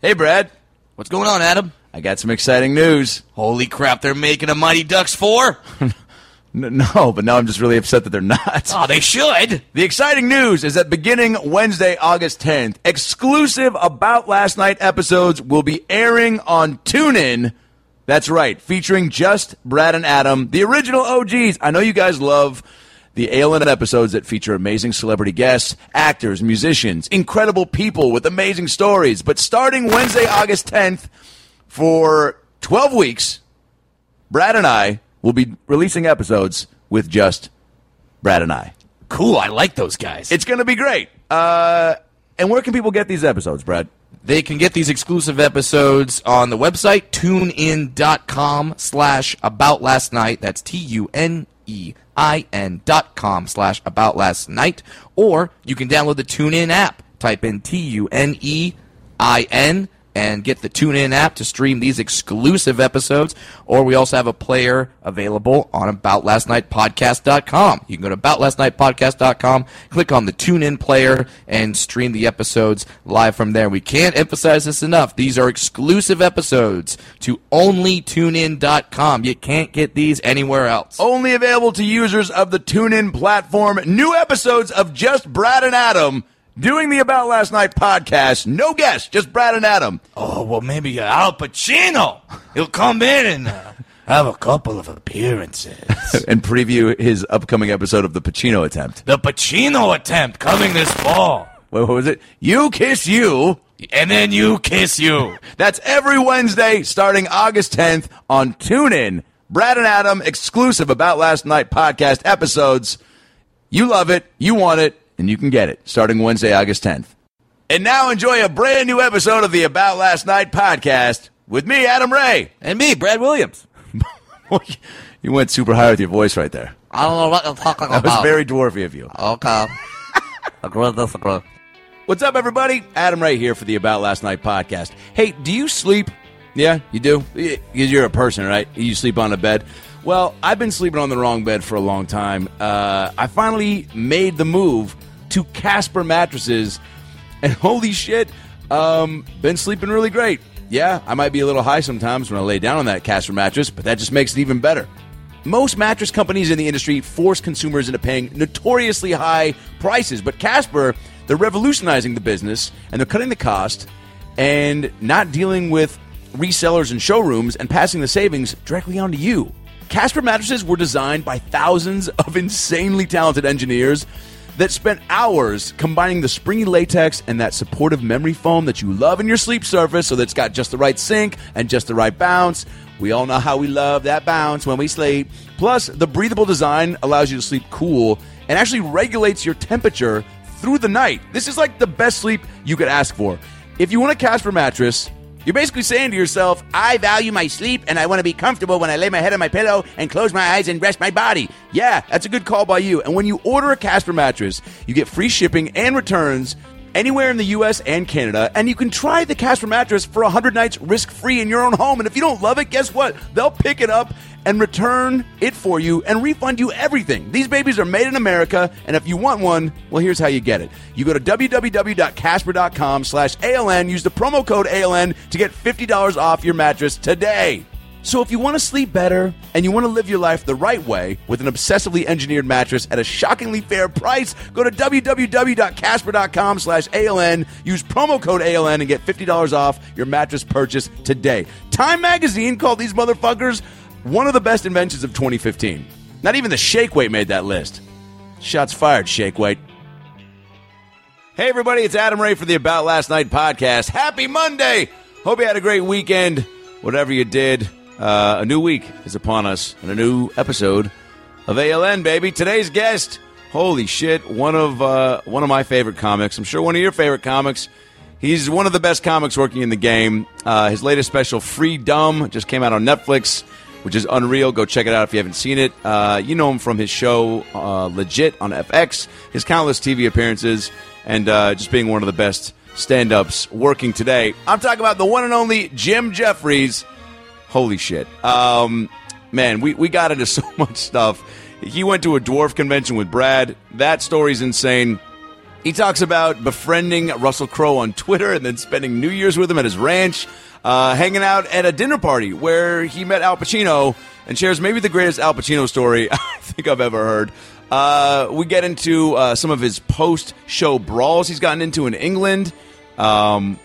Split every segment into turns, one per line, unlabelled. Hey, Brad.
What's going on, Adam?
I got some exciting news.
Holy crap, they're making a Mighty Ducks 4?
N- No, but now I'm just really upset that they're not.
oh, they should.
The exciting news is that beginning Wednesday, August 10th, exclusive About Last Night episodes will be airing on TuneIn. That's right, featuring just Brad and Adam, the original OGs. I know you guys love the Alien episodes that feature amazing celebrity guests, actors, musicians, incredible people with amazing stories. But starting Wednesday, August 10th, for 12 weeks, Brad and I will be releasing episodes with just Brad and I.
Cool, I like those guys.
It's going to be great. Uh, and where can people get these episodes, Brad?
They can get these exclusive episodes on the website tunein.com slash about last night. That's T U N E I N dot com slash about last night. Or you can download the TuneIn app. Type in T U N E I N and get the TuneIn app to stream these exclusive episodes. Or we also have a player available on aboutlastnightpodcast.com. You can go to aboutlastnightpodcast.com, click on the TuneIn player, and stream the episodes live from there. We can't emphasize this enough. These are exclusive episodes to only tunein.com. You can't get these anywhere else.
Only available to users of the TuneIn platform. New episodes of just Brad and Adam doing the About Last Night podcast. No guests, just Brad and Adam.
Oh, well, maybe Al Pacino. He'll come in and uh, have a couple of appearances.
And preview his upcoming episode of the Pacino attempt.
the Pacino attempt coming this fall.
Wait, what was it? You Kiss You.
And then you kiss you.
That's every Wednesday starting August 10th on TuneIn. Brad and Adam exclusive About Last Night podcast episodes. You love it, you want it, and you can get it starting Wednesday, August 10th. And now enjoy a brand new episode of the About Last Night podcast with me, Adam Ray.
and me, Brad Williams.
you went super high with your voice right there.
I don't know what you're talking
That was very dwarfy of you.
okay. agree disagree.
What's up, everybody? Adam Ray here for the About Last Night podcast. Hey, do you sleep? Yeah, you do? Because you're a person, right? You sleep on a bed. Well, I've been sleeping on the wrong bed for a long time. Uh, I finally made the move to Casper mattresses, and holy shit, um, been sleeping really great. Yeah, I might be a little high sometimes when I lay down on that Casper mattress, but that just makes it even better. Most mattress companies in the industry force consumers into paying notoriously high prices, but Casper, they're revolutionizing the business and they're cutting the cost and not dealing with resellers and showrooms and passing the savings directly on to you. Casper mattresses were designed by thousands of insanely talented engineers that spent hours combining the springy latex and that supportive memory foam that you love in your sleep surface so that it's got just the right sink and just the right bounce. We all know how we love that bounce when we sleep. Plus, the breathable design allows you to sleep cool and actually regulates your temperature through the night. This is like the best sleep you could ask for. If you want a Casper mattress, you're basically saying to yourself, I value my sleep and I want to be comfortable when I lay my head on my pillow and close my eyes and rest my body. Yeah, that's a good call by you. And when you order a Casper mattress, you get free shipping and returns anywhere in the US and Canada, and you can try the Casper mattress for 100 nights risk free in your own home. And if you don't love it, guess what? They'll pick it up and return it for you and refund you everything. These babies are made in America, and if you want one, well, here's how you get it. You go to www.casper.com slash ALN, use the promo code ALN to get $50 off your mattress today. So if you want to sleep better and you want to live your life the right way with an obsessively engineered mattress at a shockingly fair price, go to www.casper.com slash ALN, use promo code ALN and get $50 off your mattress purchase today. Time Magazine called these motherfuckers one of the best inventions of 2015. Not even the shake weight made that list. Shots fired, shake weight. Hey, everybody, it's Adam Ray for the About Last Night podcast. Happy Monday! Hope you had a great weekend. Whatever you did, uh, a new week is upon us and a new episode of ALN, baby. Today's guest, holy shit, one of uh, one of my favorite comics. I'm sure one of your favorite comics. He's one of the best comics working in the game. Uh, his latest special, Free Dumb, just came out on Netflix, which is unreal. Go check it out if you haven't seen it. Uh, you know him from his show, uh, Legit, on FX, his countless TV appearances, and uh, just being one of the best stand ups working today. I'm talking about the one and only Jim Jeffries. Holy shit. Um, man, we, we got into so much stuff. He went to a dwarf convention with Brad. That story's insane. He talks about befriending Russell Crowe on Twitter and then spending New Year's with him at his ranch, uh, hanging out at a dinner party where he met Al Pacino and shares maybe the greatest Al Pacino story I think I've ever heard. Uh, we get into uh, some of his post show brawls he's gotten into in England. Um,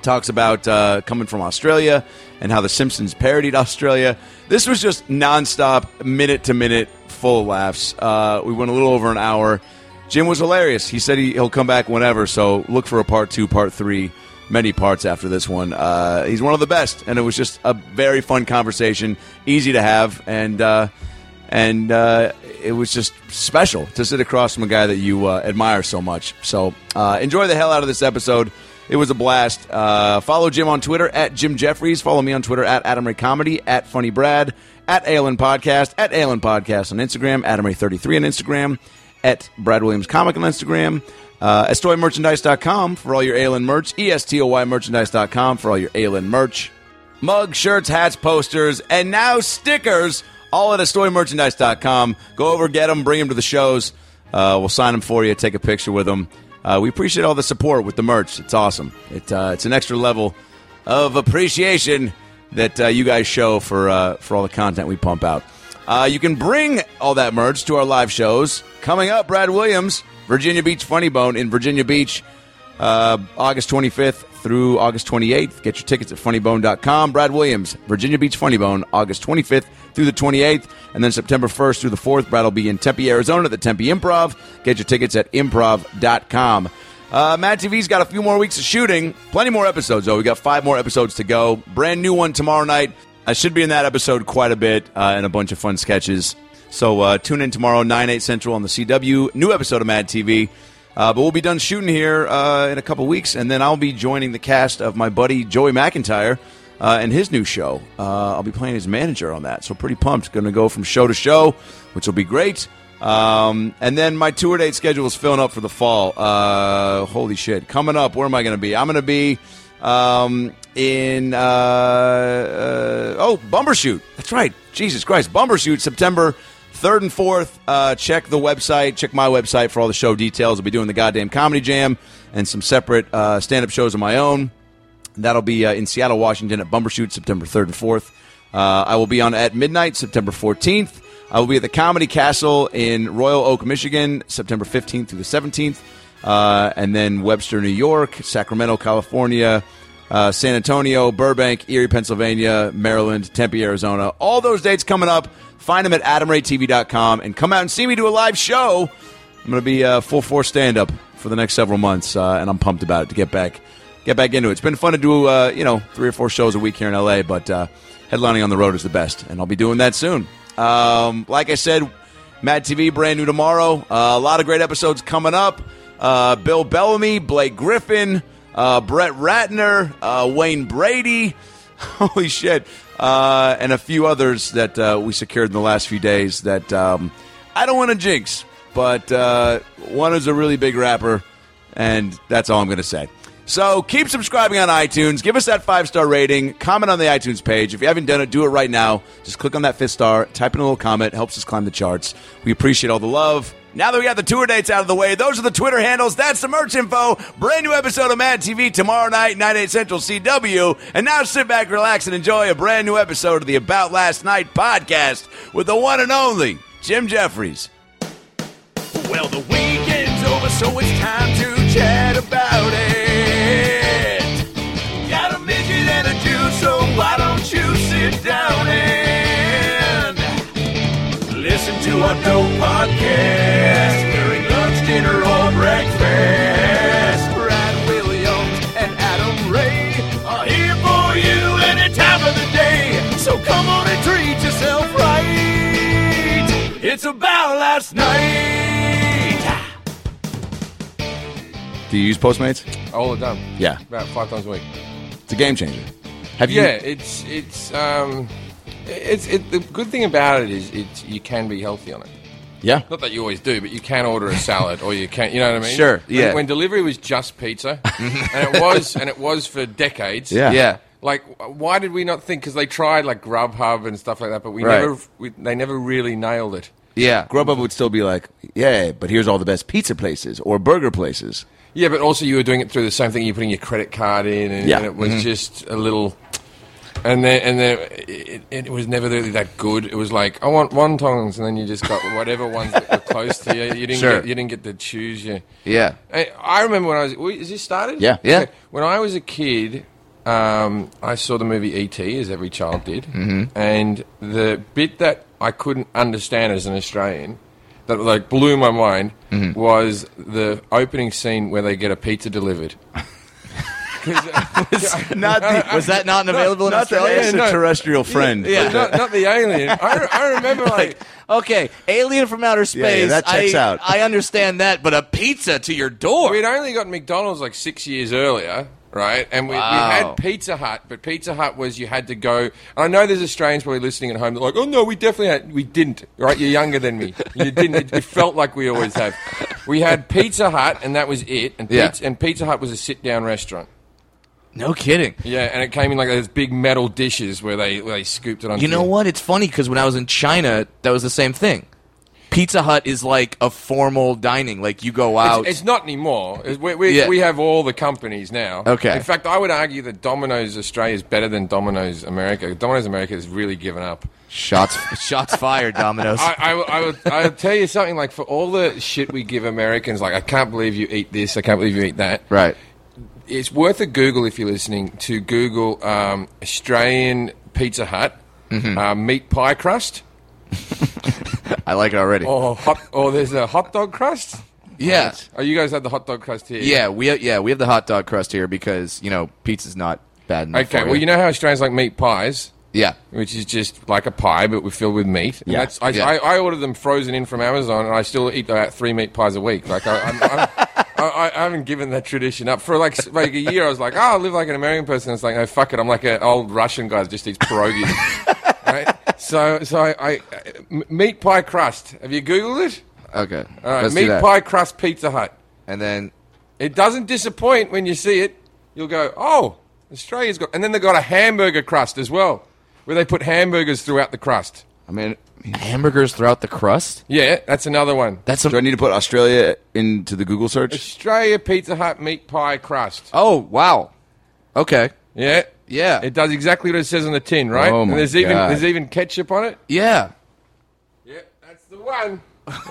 talks about uh, coming from Australia and how The Simpsons parodied Australia. This was just nonstop, minute to minute, full of laughs. Uh, we went a little over an hour. Jim was hilarious. He said he, he'll come back whenever, so look for a part two, part three, many parts after this one. Uh, he's one of the best, and it was just a very fun conversation, easy to have, and. Uh, and uh, it was just special to sit across from a guy that you uh, admire so much. So uh, enjoy the hell out of this episode. It was a blast. Uh, follow Jim on Twitter at Jim Jeffries. Follow me on Twitter at Adam Ray Comedy, at Funny Brad, at Alan Podcast, at Alan Podcast on Instagram, Adam Ray 33 on Instagram, at Brad Williams Comic on Instagram, uh, estoymerchandise.com for all your Alan merch, E ESTOY merchandise.com for all your Alan merch mug, shirts, hats, posters, and now stickers, all at astoymerchandise.com. Go over, get them, bring them to the shows. Uh, we'll sign them for you, take a picture with them. Uh, we appreciate all the support with the merch. It's awesome. It, uh, it's an extra level of appreciation that uh, you guys show for, uh, for all the content we pump out. Uh, you can bring all that merch to our live shows. Coming up, Brad Williams, Virginia Beach Funny Bone in Virginia Beach uh, August 25th through August 28th. Get your tickets at funnybone.com. Brad Williams, Virginia Beach Funny Bone, August 25th through the 28th. And then September 1st through the 4th, Brad will be in Tempe, Arizona at the Tempe Improv. Get your tickets at improv.com. Uh, Mad TV's got a few more weeks of shooting. Plenty more episodes, though. we got five more episodes to go. Brand new one tomorrow night. I should be in that episode quite a bit uh, and a bunch of fun sketches. So uh, tune in tomorrow, 9, 8 central on the CW. New episode of Mad TV. Uh, but we'll be done shooting here uh, in a couple weeks, and then I'll be joining the cast of my buddy Joey McIntyre uh, and his new show. Uh, I'll be playing his manager on that, so pretty pumped. Going to go from show to show, which will be great. Um, and then my tour date schedule is filling up for the fall. Uh, holy shit! Coming up, where am I going to be? I'm going to be um, in uh, uh, oh Bumbershoot. That's right. Jesus Christ, Bumbershoot, September third and fourth. Uh, check the website. Check my website for all the show details. I'll be doing the goddamn comedy jam and some separate uh, stand-up shows of my own. That'll be uh, in Seattle, Washington at Bumbershoot, September 3rd and 4th. Uh, I will be on at midnight, September 14th. I will be at the Comedy Castle in Royal Oak, Michigan, September 15th through the 17th. Uh, and then Webster, New York, Sacramento, California, uh, San Antonio, Burbank, Erie, Pennsylvania, Maryland, Tempe, Arizona. All those dates coming up. Find them at adamraytv.com and come out and see me do a live show. I'm going to be uh, full force stand up for the next several months, uh, and I'm pumped about it to get back get back into it. It's been fun to do uh, you know three or four shows a week here in LA, but uh, headlining on the road is the best, and I'll be doing that soon. Um, like I said, Mad TV brand new tomorrow. Uh, a lot of great episodes coming up. Uh, Bill Bellamy, Blake Griffin, uh, Brett Ratner, uh, Wayne Brady. Holy shit. Uh, and a few others that uh, we secured in the last few days that um, I don't want to jinx, but uh, one is a really big rapper, and that's all I'm going to say. So keep subscribing on iTunes. Give us that five star rating. Comment on the iTunes page. If you haven't done it, do it right now. Just click on that fifth star, type in a little comment. It helps us climb the charts. We appreciate all the love. Now that we got the tour dates out of the way, those are the Twitter handles. That's the merch info. Brand new episode of Mad TV tomorrow night, 9 8 Central CW. And now sit back, relax, and enjoy a brand new episode of the About Last Night podcast with the one and only Jim Jeffries. Well, the weekend's over, so it's time to chat about it. Got a midget and a Jew, so why don't you sit down and listen to our dope podcast during lunch, dinner, or breakfast? Brad Williams and Adam Ray are here for you any time of the day, so come on and treat yourself right. It's about last night. Do you use Postmates?
all the time.
Yeah.
about five times a week.
It's a game changer. Have you?
Yeah, it's it's um, it's it, the good thing about it is it's you can be healthy on it.
Yeah.
Not that you always do, but you can order a salad, or you can, you know what I mean?
Sure,
When-
yeah.
When delivery was just pizza, and it was, and it was for decades.
Yeah.
Yeah.
Like, why did we not think? Because they tried like Grubhub and stuff like that, but we
Right.
never, we, they never really nailed it.
Yeah.
Grubhub would still be like, yeah, but here's all the best pizza places or burger places.
Yeah, but also you were doing it through the same thing. You're putting your credit card in, and,
Yeah.
and it was just a little. And then, and then it, it was never really that good. It was like I want wontons, and then you just got whatever ones that were close to you. You didn't
Sure.
get, you didn't get to choose your.
Yeah.
I, I remember when I was. Wait, Is this started?
Yeah.
Yeah.
Okay. When I was a kid, um, I saw the movie E.T. as every child did, mm-hmm. and the bit that I couldn't understand as an Australian that like blew my mind was the opening scene where they get a pizza delivered. 'Cause, uh,
Not the,
Was that not available in
not the
Australia?
no.
extraterrestrial friend.
Yeah.
not, not the alien. I, re- I remember like.
Okay, alien from outer space.
yeah, that checks
I,
out.
I understand that, but a pizza to your door.
We'd only got McDonald's like six years earlier, right? And we,
Wow.
we had Pizza Hut, but Pizza Hut was you had to go. I know there's Australians probably listening at home. They're like, oh no, we definitely had, we didn't, right? You're younger than me. You didn't. It, it felt like we always have. We had Pizza Hut, and that was it. And
Yeah.
pizza, and Pizza Hut was a sit down restaurant.
No kidding.
Yeah, and it came in like those big metal dishes where they where they scooped it on.
You know what? It's funny because when I was in China, that was the same thing. Pizza Hut is like a formal dining. Like you go out.
It's, it's not anymore. It's- We, we,
Yeah.
we have all the companies now.
Okay.
In fact, I would argue that Domino's Australia is better than Domino's America. Domino's America has really given up.
shots, shots fired, Domino's.
I, I, will- I, will, I'll tell you something. Like for all the shit we give Americans, like I can't believe you eat this. I can't believe you eat that.
right.
It's worth a Google if you're listening to Google um, Australian Pizza Hut
Mm-hmm.
uh, meat pie crust.
I like it already.
Oh,
Or hot, or there's a hot dog crust.
yeah.
Oh, you guys have the hot dog crust here.
Yeah, we yeah we have the hot dog crust here because you know pizza's not bad enough.
Okay.
for
Well, you know how Australians like meat pies.
Yeah.
which is just like a pie but we're filled with meat. And
Yeah.
that's, I,
Yeah.
I, I order them frozen in from Amazon, and I still eat about three meat pies a week. Like I, I'm, I'm, I, I haven't given that tradition up for like s- like a year. I was like, oh, I live like an American person. It's like, no, fuck it. I'm like an old Russian guy that just eats pierogies. right? So so I, I m- meat pie crust. Have you googled it?
Okay.
All right,
Let's do
meat
that.
pie crust Pizza Hut.
And then
It doesn't disappoint when you see it. You'll go, oh, Australia's got. And then they've got a hamburger crust as well, where they put hamburgers throughout the crust.
I mean,
hamburgers throughout the crust.
Yeah, that's another one.
That's
do I
a,
need to put Australia into the Google search?
Australia Pizza Hut meat pie crust.
oh wow. Okay.
Yeah.
Yeah.
It does exactly what it says on the tin, right?
Oh, my
and there's even
God.
there's even ketchup on it.
Yeah.
Yeah, that's the one.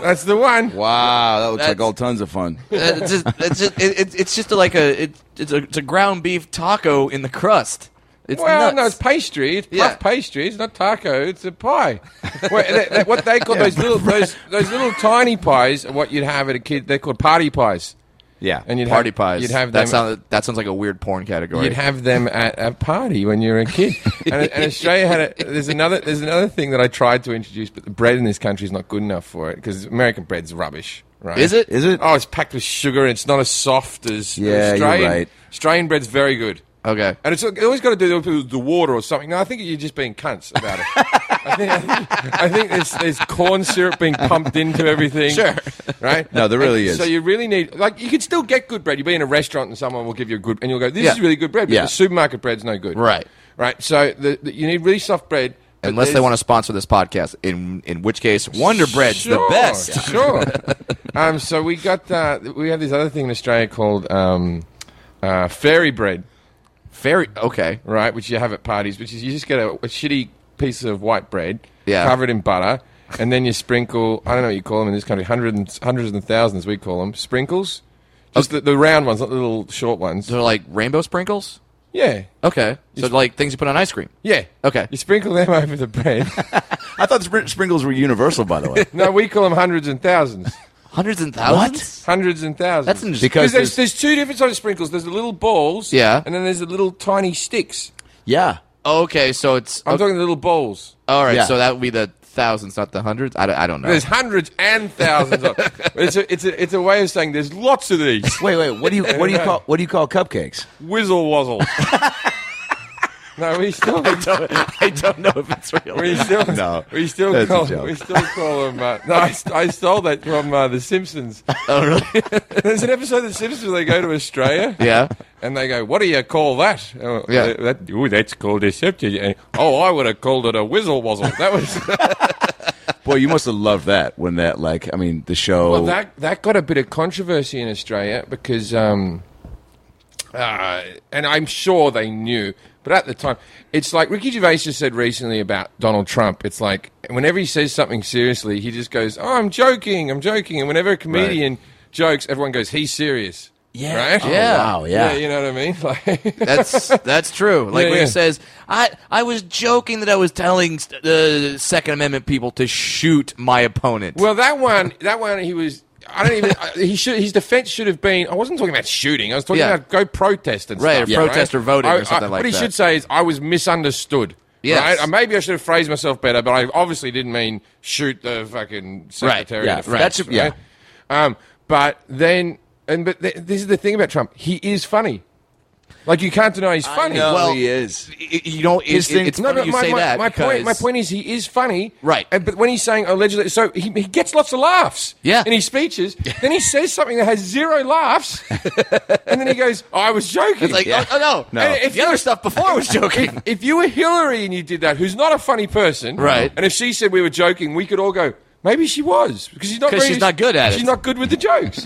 That's the one.
Wow, that looks like
That's-
all tons of fun.
Uh, it's just, it's just, it, it- it's just like a, it, it's a it's a ground beef taco in the crust. It's
well,
nuts.
no, it's pastry. It's
Yeah.
puff pastry. It's not taco. It's a pie. Well, that- that- what they call those little those those little tiny pies. are What you'd have at a kid, they're called party pies.
Yeah.
And you'd
party
have,
pies.
You'd have
that
them.
sounds that sounds like a weird porn category.
You'd have them at a party when you were a kid. and, and Australia had a, there's another there's another thing that I tried to introduce, but the bread in this country is not good enough for it because American bread's rubbish. Right?
Is it?
Is it?
Oh, it's packed with sugar. and It's not as soft as
Yeah, you're
Australian.
right.
Australian bread's very good.
Okay.
And it's it always got to do with the water or something. No, I think you're just being cunts about it. I think, I think, I think there's, there's corn syrup being pumped into everything.
Sure.
Right?
No, there really
And
is.
So you really need, like, you can still get good bread. You'll be in a restaurant and someone will give you a good, and you'll go, this
Yeah.
is really good bread, but
Yeah.
the supermarket bread's no good.
Right.
Right? So the, the, you need really soft bread. but
Unless they
there's-
want to sponsor this podcast, in in which case Wonder Bread's the
Sure,
best.
Sure. um, so we got, uh, we have this other thing in Australia called um, uh, fairy bread.
Very okay.
right, which you have at parties, which is you just get a, a shitty piece of white bread
Yeah.
covered in butter, and then you sprinkle, I don't know what you call them in this country, hundreds and, hundreds and thousands, we call them, sprinkles. Just the, the round ones, not the little short ones.
They're like rainbow sprinkles.
Yeah.
Okay, so like things you put on ice cream.
Yeah.
Okay.
You sprinkle them over the bread.
I thought spr- sprinkles were universal, by the way.
no, we call them hundreds and thousands.
Hundreds and thousands.
Hundreds and thousands.
That's interesting.
Because
Because
there's-
there's, there's two different types of sprinkles. There's the little balls.
Yeah.
And then there's the little tiny sticks.
yeah.
okay, so it's oh,
I'm talking the little balls.
all right.
Yeah.
So that would be the thousands, not the hundreds. I, don't- I don't know.
There's hundreds and thousands of It's a, it's, a, it's a way of saying there's lots of these.
Wait, wait. What do you what do you call what do you call cupcakes?
Whizzle Wazzle. no, we still
I don't know if it's real.
we still
No,
we still
that's a
call
joke.
we still call them. Uh, no, I, st- I stole that from uh, The Simpsons.
oh really?
There's an episode of The Simpsons where they go to Australia.
yeah.
And they go, what do you call that? Oh,
Yeah.
uh, that ooh, that's called a septic. Oh, I would have called it a whizzle wazzle. That was
Boy, you must have loved that when that, like, I mean, the show.
Well, that that got a bit of controversy in Australia because, um, uh, and I'm sure they knew, but at the time, it's like Ricky Gervais just said recently about Donald Trump. It's like whenever he says something seriously, he just goes, "Oh, I'm joking, I'm joking," and whenever a comedian jokes, everyone goes, "He's serious."
yeah.
Right?
Oh,
Yeah.
Wow, yeah.
you know what I mean. Like,
That's that's true. Like
Yeah,
when
yeah.
he says, "I I was joking that I was telling the Second Amendment people to shoot my opponent."
Well, that one, that one, he was. I don't even. I- he should. His defense should have been. I wasn't talking about shooting. I was talking
Yeah.
about go protest and
Right,
stuff.
or protest or voting or
I- I-
something like
What he
that.
should say is, I was misunderstood.
Yes.
Right? And maybe I should have phrased myself better, but I obviously didn't mean shoot the fucking secretary.
yeah,
of
right.
Defense,
That's- yeah.
right? Um, but then, and but th- this is the thing about Trump. He is funny. Like you can't deny he's funny.
No,
Well,
he is.
Y- you know, it,
His thing-
it's
No,
funny you
my,
say
my,
that.
my point,
because-
my point is, he is funny,
Right.
And, but when he's saying allegedly, so he, he gets lots of laughs,
Yeah.
in his speeches. then he says something that has zero laughs, and then he goes, "I was joking."
It's like, oh, oh, no,
No.
And If the other stuff before was joking.
if you were Hillary and you did that, who's not a funny person,
Right.
And if she said we were joking, we could all go. Maybe she was because she's not
'Cause
very-
she's not good at it.
She's not good with the jokes,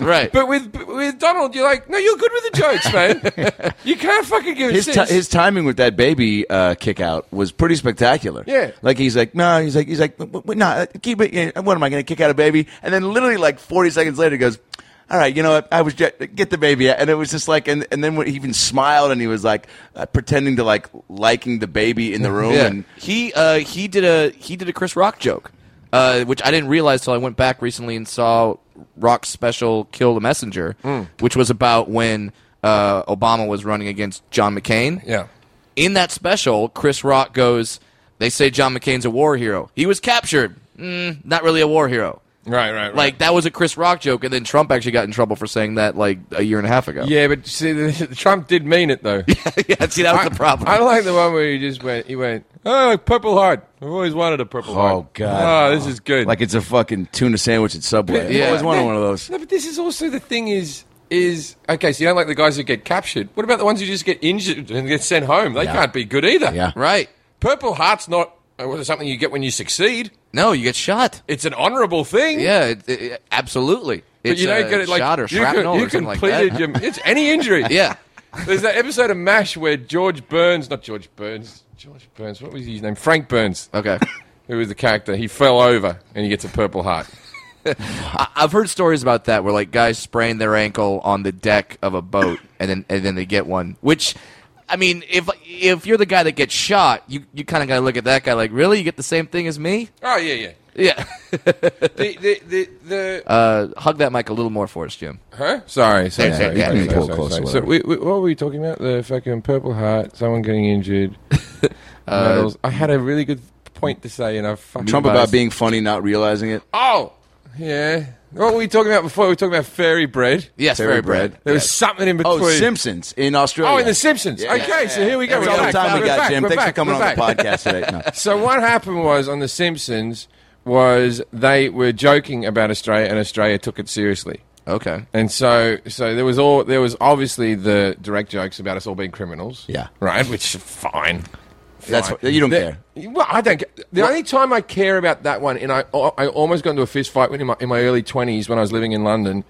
Right.
But with with Donald, you're like, no, you're good with the jokes, man. you can't fucking give a
His, ti
shit.
his timing with that baby uh, kick out was pretty spectacular.
Yeah.
Like he's like, no, he's like, he's like, w- w- no, uh, keep it. yeah, What am I going to kick out a baby? And then literally like 40 seconds later, he goes, all right, you know what? I was ju- get the baby. out. And it was just like, and, and then when he even smiled and he was like uh, pretending to like liking the baby in the room. And
He uh, he did a he did a Chris Rock joke, uh, which I didn't realize till I went back recently and saw Rock's special "Kill the Messenger,"
Hmm.
which was about when uh, Obama was running against John McCain.
yeah,
In that special, Chris Rock goes, "They say John McCain's a war hero. He was captured. Mm, not really a war hero."
right, right, right.
Like that was a Chris Rock joke, and then Trump actually got in trouble for saying that like a year and a half ago.
yeah, but see, Trump did mean it though.
yeah see, that was the problem.
I like the one where he just went. He went, "Oh, Purple Heart. I've always wanted a Purple Heart."
Oh, God.
Oh, this is good.
like it's a fucking tuna sandwich at Subway.
Yeah.
I always wanted one of those.
No, but this is also the thing is is okay. So you don't like the guys who get captured. What about the ones who just get injured and get sent home? They can't be good either.
Yeah.
right?
Purple Heart's not uh, well, it's something you get when you succeed.
No, you get shot.
It's an honourable thing.
Yeah, it, it- it- absolutely.
But
It's
you don't
uh,
get it like
shot or
you,
shrapnel
you
or something like
completed
that.
your. It's any injury.
yeah,
There's that episode of MASH where George Burns, not George Burns, George Burns, what was his name? Frank Burns, uh,
okay.
who was the character. He fell over and he gets a Purple Heart.
I, I've heard stories about that where like guys sprain their ankle on the deck of a boat and then and then they get one. Which, I mean, if if you're the guy that gets shot, you you kind of got to look at that guy like, really, you get the same thing as me?
Oh yeah, yeah.
Yeah.
The the the, the
uh, hug that mic a little more for us, Jim.
huh? Sorry, sorry,
Yeah,
sorry.
yeah,
sorry,
yeah.
sorry,
Pull
sorry,
closer,
sorry. So, we, we, what were we talking about? The fucking Purple Heart, someone getting injured. medals. I had a really good point to say, and I fucking
Uh, Trump
buzzed.
about being funny, not realizing it.
Oh, yeah. What were we talking about before? We were talking about fairy bread.
Yes,
Fairy
very
bread.
bread.
There was something in between.
Oh, Simpsons in Australia.
Oh, in The Simpsons. Okay, so here we go.
That's
We're
all the
back.
time we
We're
got,
back.
Jim.
We're
Thanks for
back.
coming
We're
on the
back.
podcast today. No.
So what happened was on The Simpsons was they were joking about Australia, and Australia took it seriously.
Okay.
And so, so there was all there was obviously the direct jokes about us all being criminals.
Yeah.
right. Which fine.
That's
Fine.
what- you don't
The-
care.
Well, I don't. ca- The only time I care about that one, and I, I almost got into a fist fight when in my in my early twenties when I was living in London,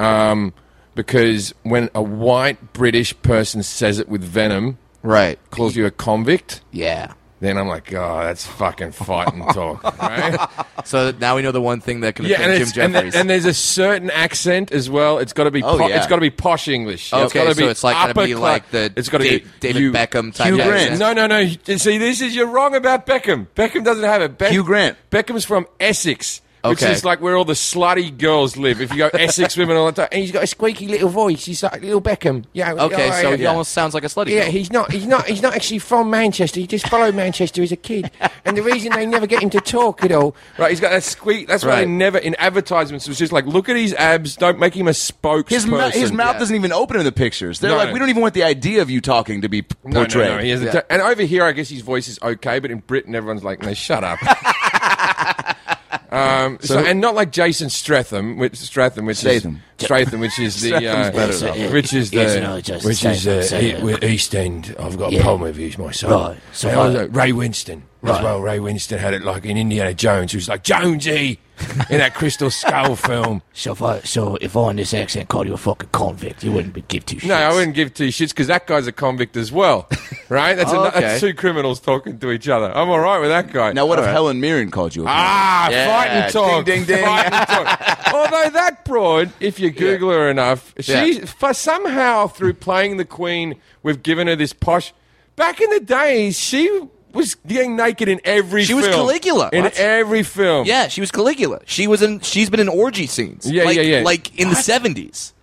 um, because when a white British person says it with venom,
Right.
calls you a convict,
Yeah.
then I'm like, oh, that's fucking fighting talk, right?
So now we know the one thing that can
Yeah,
offend
and,
Jim
it's, and,
Jeffries.
and there's a certain accent as well. It's got to be
Oh,
po-
yeah.
it's got to be posh English. it's
okay,
gotta
so
be
it's like gotta be
uppercla-
like the
it's got to
Da-
be
David
you-
Beckham type.
Hugh
of
Grant.
accent.
No, no, no. you- See, this is you're wrong about Beckham. Beckham doesn't have it. Beck-
Hugh Grant.
Beckham's from Essex. Which
Okay.
is like where all the slutty girls live. If you go Essex women all the time, and he's got a squeaky little voice. He's like little Beckham. Yeah.
Okay,
yeah,
so
yeah.
he almost sounds like a slutty.
Yeah,
girl.
he's not. He's not. He's not actually from Manchester. He just followed Manchester as a kid, and the reason they never get him to talk at all. Right, he's got that squeak. That's why they
Right.
never in advertisements it was just like, look at his abs. Don't make him a spokesperson.
His, mou- his mouth
yeah.
doesn't even open in the pictures. They're
No,
like,
no.
we don't even want the idea of you talking to be p-
No, no,
portrayed.
no, he has a
Yeah.
ter- and over here, I guess his voice is okay, but in Britain, everyone's like, "No, shut up." um, so, and not like Jason Stratham, which Stratham, which
Statham.
is Stratham, which is the uh,
Stratham's better, though.
which is the
Yes, no, just
which is
Statham,
uh,
Statham.
E- East End. I've got a
Yeah.
problem with you, my son.
Right, so
And
I-
also Ray Winston. As well, Ray Winston had it like in Indiana Jones, who's like Jonesy in that Crystal Skull film.
So if I, so if I in this accent called you a fucking convict, you wouldn't be give two shits.
No, I wouldn't give two shits because that guy's a convict as well, right? That's,
Oh,
ano- that's
okay.
two criminals talking to each other. I'm all right with that guy.
Now, what if Helen Mirren called you? a cunt?
Ah,
Yeah,
fighting talk.
ding, ding, ding.
Fighting talk. Although that broad, if you Google her enough, she
Yeah.
for somehow through playing the Queen, we've given her this posh. Back in the day, she was getting naked in every.
She was
film.
Caligula.
in
What?
every film.
Yeah, she was Caligula. She was in. She's been in orgy scenes.
Yeah,
like,
yeah, yeah.
Like in the seventies.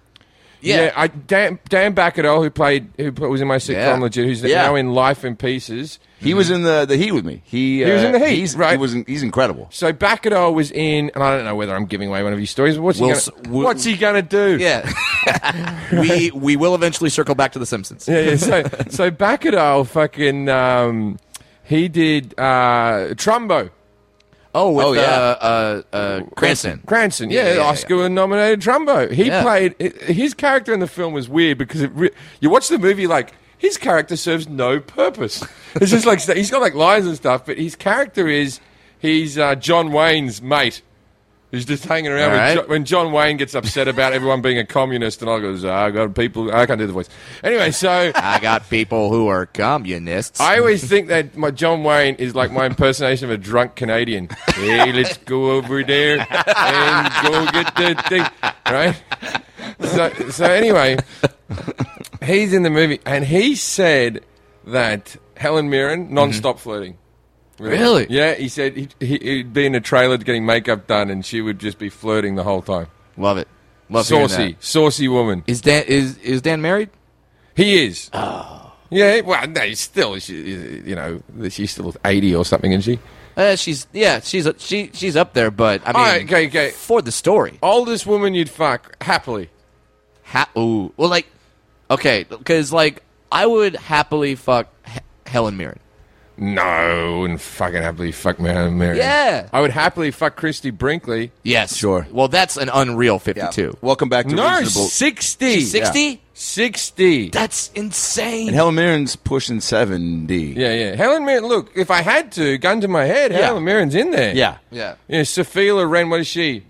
Yeah.
I, Dan, Dan Bacadol, who played, who pl- was in my sitcom
Yeah.
Legit, who's
Yeah.
now in Life in Pieces.
He was in the, the heat with me. He,
He was
uh,
in The Heat,
he's- He
right.
was in, he's incredible.
So Bacadol was in, and I don't know whether I'm giving away one of his stories. But what's
Will
he
S-
gonna,
Will-
what's he gonna do?
yeah. we we will eventually circle back to the Simpsons.
yeah, yeah. So, so Bacadol fucking, um, he did uh, Trumbo.
Oh, with,
Oh, yeah.
Uh, uh, uh, Cranston.
Cranston,
Yeah,
yeah,
yeah, yeah.
Oscar nominated Trumbo. He
Yeah.
played his character in the film was weird because it re- you watch the movie like his character serves no purpose. It's just like he's got like lines and stuff, but his character is he's uh, John Wayne's mate. He's just hanging
All
around with
right.
Jo- when John Wayne gets upset about everyone being a communist, and I goes, "Ah, I got people. I can't do the voice. Anyway, so
I got people who are communists.
I always think that my John Wayne is like my impersonation of a drunk Canadian. Hey, let's go over there and go get the thing, right? So, so anyway, he's in the movie, and he said that Helen Mirren non-stop flirting. with her.
Mm-hmm. Really?
Yeah, he said he'd, he- he'd be in a trailer getting makeup done, and she would just be flirting the whole time.
Love it. Love hearing
Saucy,
that.
saucy woman.
Is Dan is is Dan married?
He is.
Oh.
Yeah, well, no, he's still, she, you know, she's still 80 or something, isn't she?
Uh, she's yeah, she's she she's up there, but I mean,
right, okay, okay.
for the story.
Oldest woman you'd fuck, happily.
Ha- ooh, well, like okay, because like I would happily fuck H- Helen Mirren.
No, I wouldn't fucking happily fuck Marilyn Mary.
Yeah.
I would happily fuck Christy Brinkley.
Yes,
Sure.
Well, that's an unreal
Yeah.
fifty-two.
Welcome back to
No,
Reasonable.
60.
Sixty?
Yeah. 60.
That's insane.
And Helen Mirren's pushing 70.
Yeah, yeah. Helen Mirren, look, if I had to, gun to my head, Helen Mirren's in there.
Yeah.
yeah,
Yeah, Sophia Ren, what is she?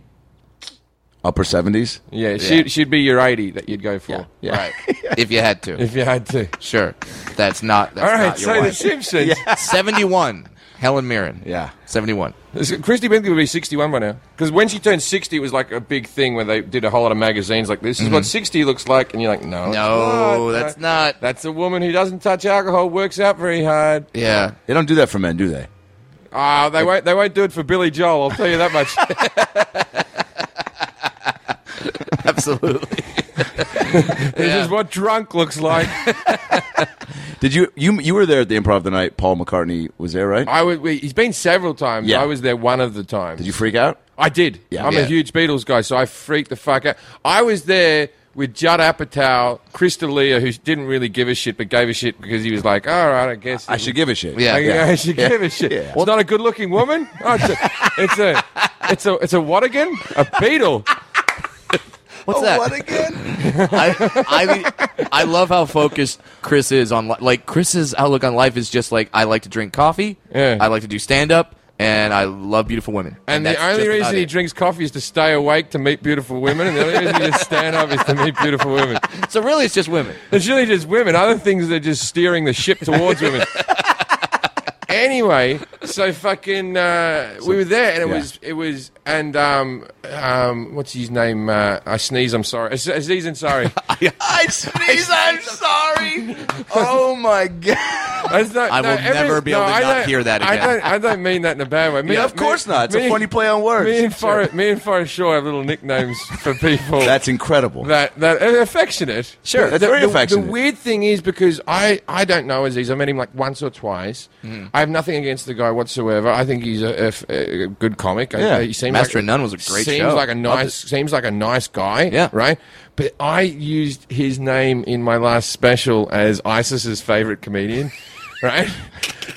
Upper 70s.
Yeah, She, she'd be your 80 that you'd go for.
right. if you had to,
If you had to.
sure. That's not. That's
All right,
not your
so The
wife.
Simpsons.
Seventy-one. Helen Mirren.
Yeah.
seventy-one.
Christy Brinkley would be 61 by now. Because when she turned 60, it was like a big thing where they did a whole lot of magazines like this is what 60 looks like. And you're like, no.
Mm-hmm.
it's
No,
not.
that's not.
That's a woman who doesn't touch alcohol, works out very hard.
yeah.
They don't do that for men, do they?
Ah, they won't. They won't do it for Billy Joel. I'll tell you that much.
Absolutely.
This is what drunk looks like.
Did you you you were there at the improv the night Paul McCartney was there, right?
I would. We, he's been several times.
Yeah.
I was there one of the times.
Did you freak out?
I did. I'm
Yeah.
a huge Beatles guy, so I freaked the fuck out. I was there with Judd Apatow, Chris D'Elia, who didn't really give a shit, but gave a shit because he was like, "All right, I guess
I should give a shit.
Yeah.
I,
yeah.
I should give a shit.
Yeah.
It's not a good-looking woman. Oh, it's, a, it's a, it's a, it's a what again? A beetle.
What's
Oh,
that?
what again?
I, I I love how focused Chris is on li- like Chris's outlook on life is just like I like to drink coffee,
Yeah.
I like to do stand up, and I love beautiful women.
And the
that's
only
just
reason
about
he
it.
drinks coffee is to stay awake to meet beautiful women, and the only reason he just stand up is to meet beautiful women.
so really it's just women.
It's really just women. Other things are just steering the ship towards women. anyway, so fucking uh, we were there, and it
yeah.
was it was and um um what's his name? Uh, I sneeze. I'm sorry. Az- Aziz Ansari.
I sneeze. I'm sorry. Oh my god.
That's not-
I will never be able to
I
not
don't-
hear that again.
I don't, I don't mean that in a bad way. Me-
Yeah, of
me-
course not. It's a
me-
funny play on words.
Me and Forrest, me and Forrest Shaw have little nicknames for people.
That's incredible.
that that and affectionate.
Sure,
The,
very
the-
affectionate.
The weird thing is because I I don't know Aziz. I met him like once or twice.
Mm.
I have nothing against the guy whatsoever. I think he's a, a- a good comic. I-
Yeah.
he seems
Master
like,
and Nun was a great
seems
show.
like a
Loved
nice seems like a nice guy.
Yeah.
right. But I used his name in my last special as ISIS's favorite comedian. right,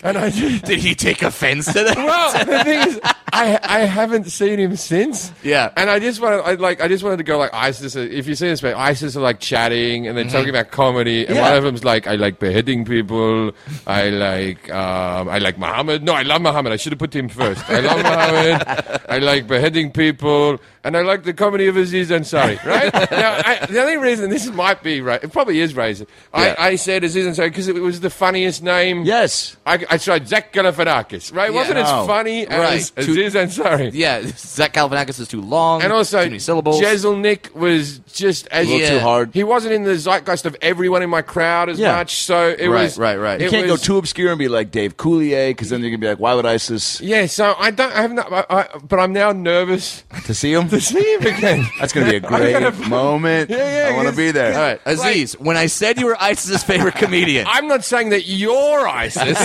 and I just.
Did he take offense to that?
Well, the thing is, I I haven't seen him since.
Yeah.
and I just wanted I like I just wanted to go like ISIS. are- If you see this, man, ISIS are like chatting and they're talking about comedy. And
Mm-hmm. Yeah.
one of them's like, I like beheading people. I like um, I like Muhammad. No, I love Muhammad. I should have put him first. I love Muhammad. I like beheading people, and I like the comedy of Aziz Ansari. Right now, I, the only reason this might be right, it probably is racist.
Yeah.
I, I said Aziz Ansari because it was the funniest name.
Yes.
I, I tried Zach Galifianakis, right?
Yeah. Oh,
Wasn't as
No.
funny as
Right.
Aziz Ansari?
Yeah, Zach Galifianakis is too long.
And also,
too many syllables.
Jezelnik was just as
A little too
Yeah.
hard.
He wasn't in the zeitgeist of everyone in my crowd as
Yeah.
much, so it
Right,
was
right, right.
it
You can't
was-
go too obscure and be like Dave Coulier because then you're gonna be like, why would ISIS
Yeah, so I don't. I have not. I, I, but I'm now nervous
to see him?
to see him again.
That's gonna be a
I gotta-
great moment.
Yeah, yeah,
I want to
it's-
be there.
All right, Aziz. when I said you were ISIS's favorite comedian,
I'm not saying that you're ISIS.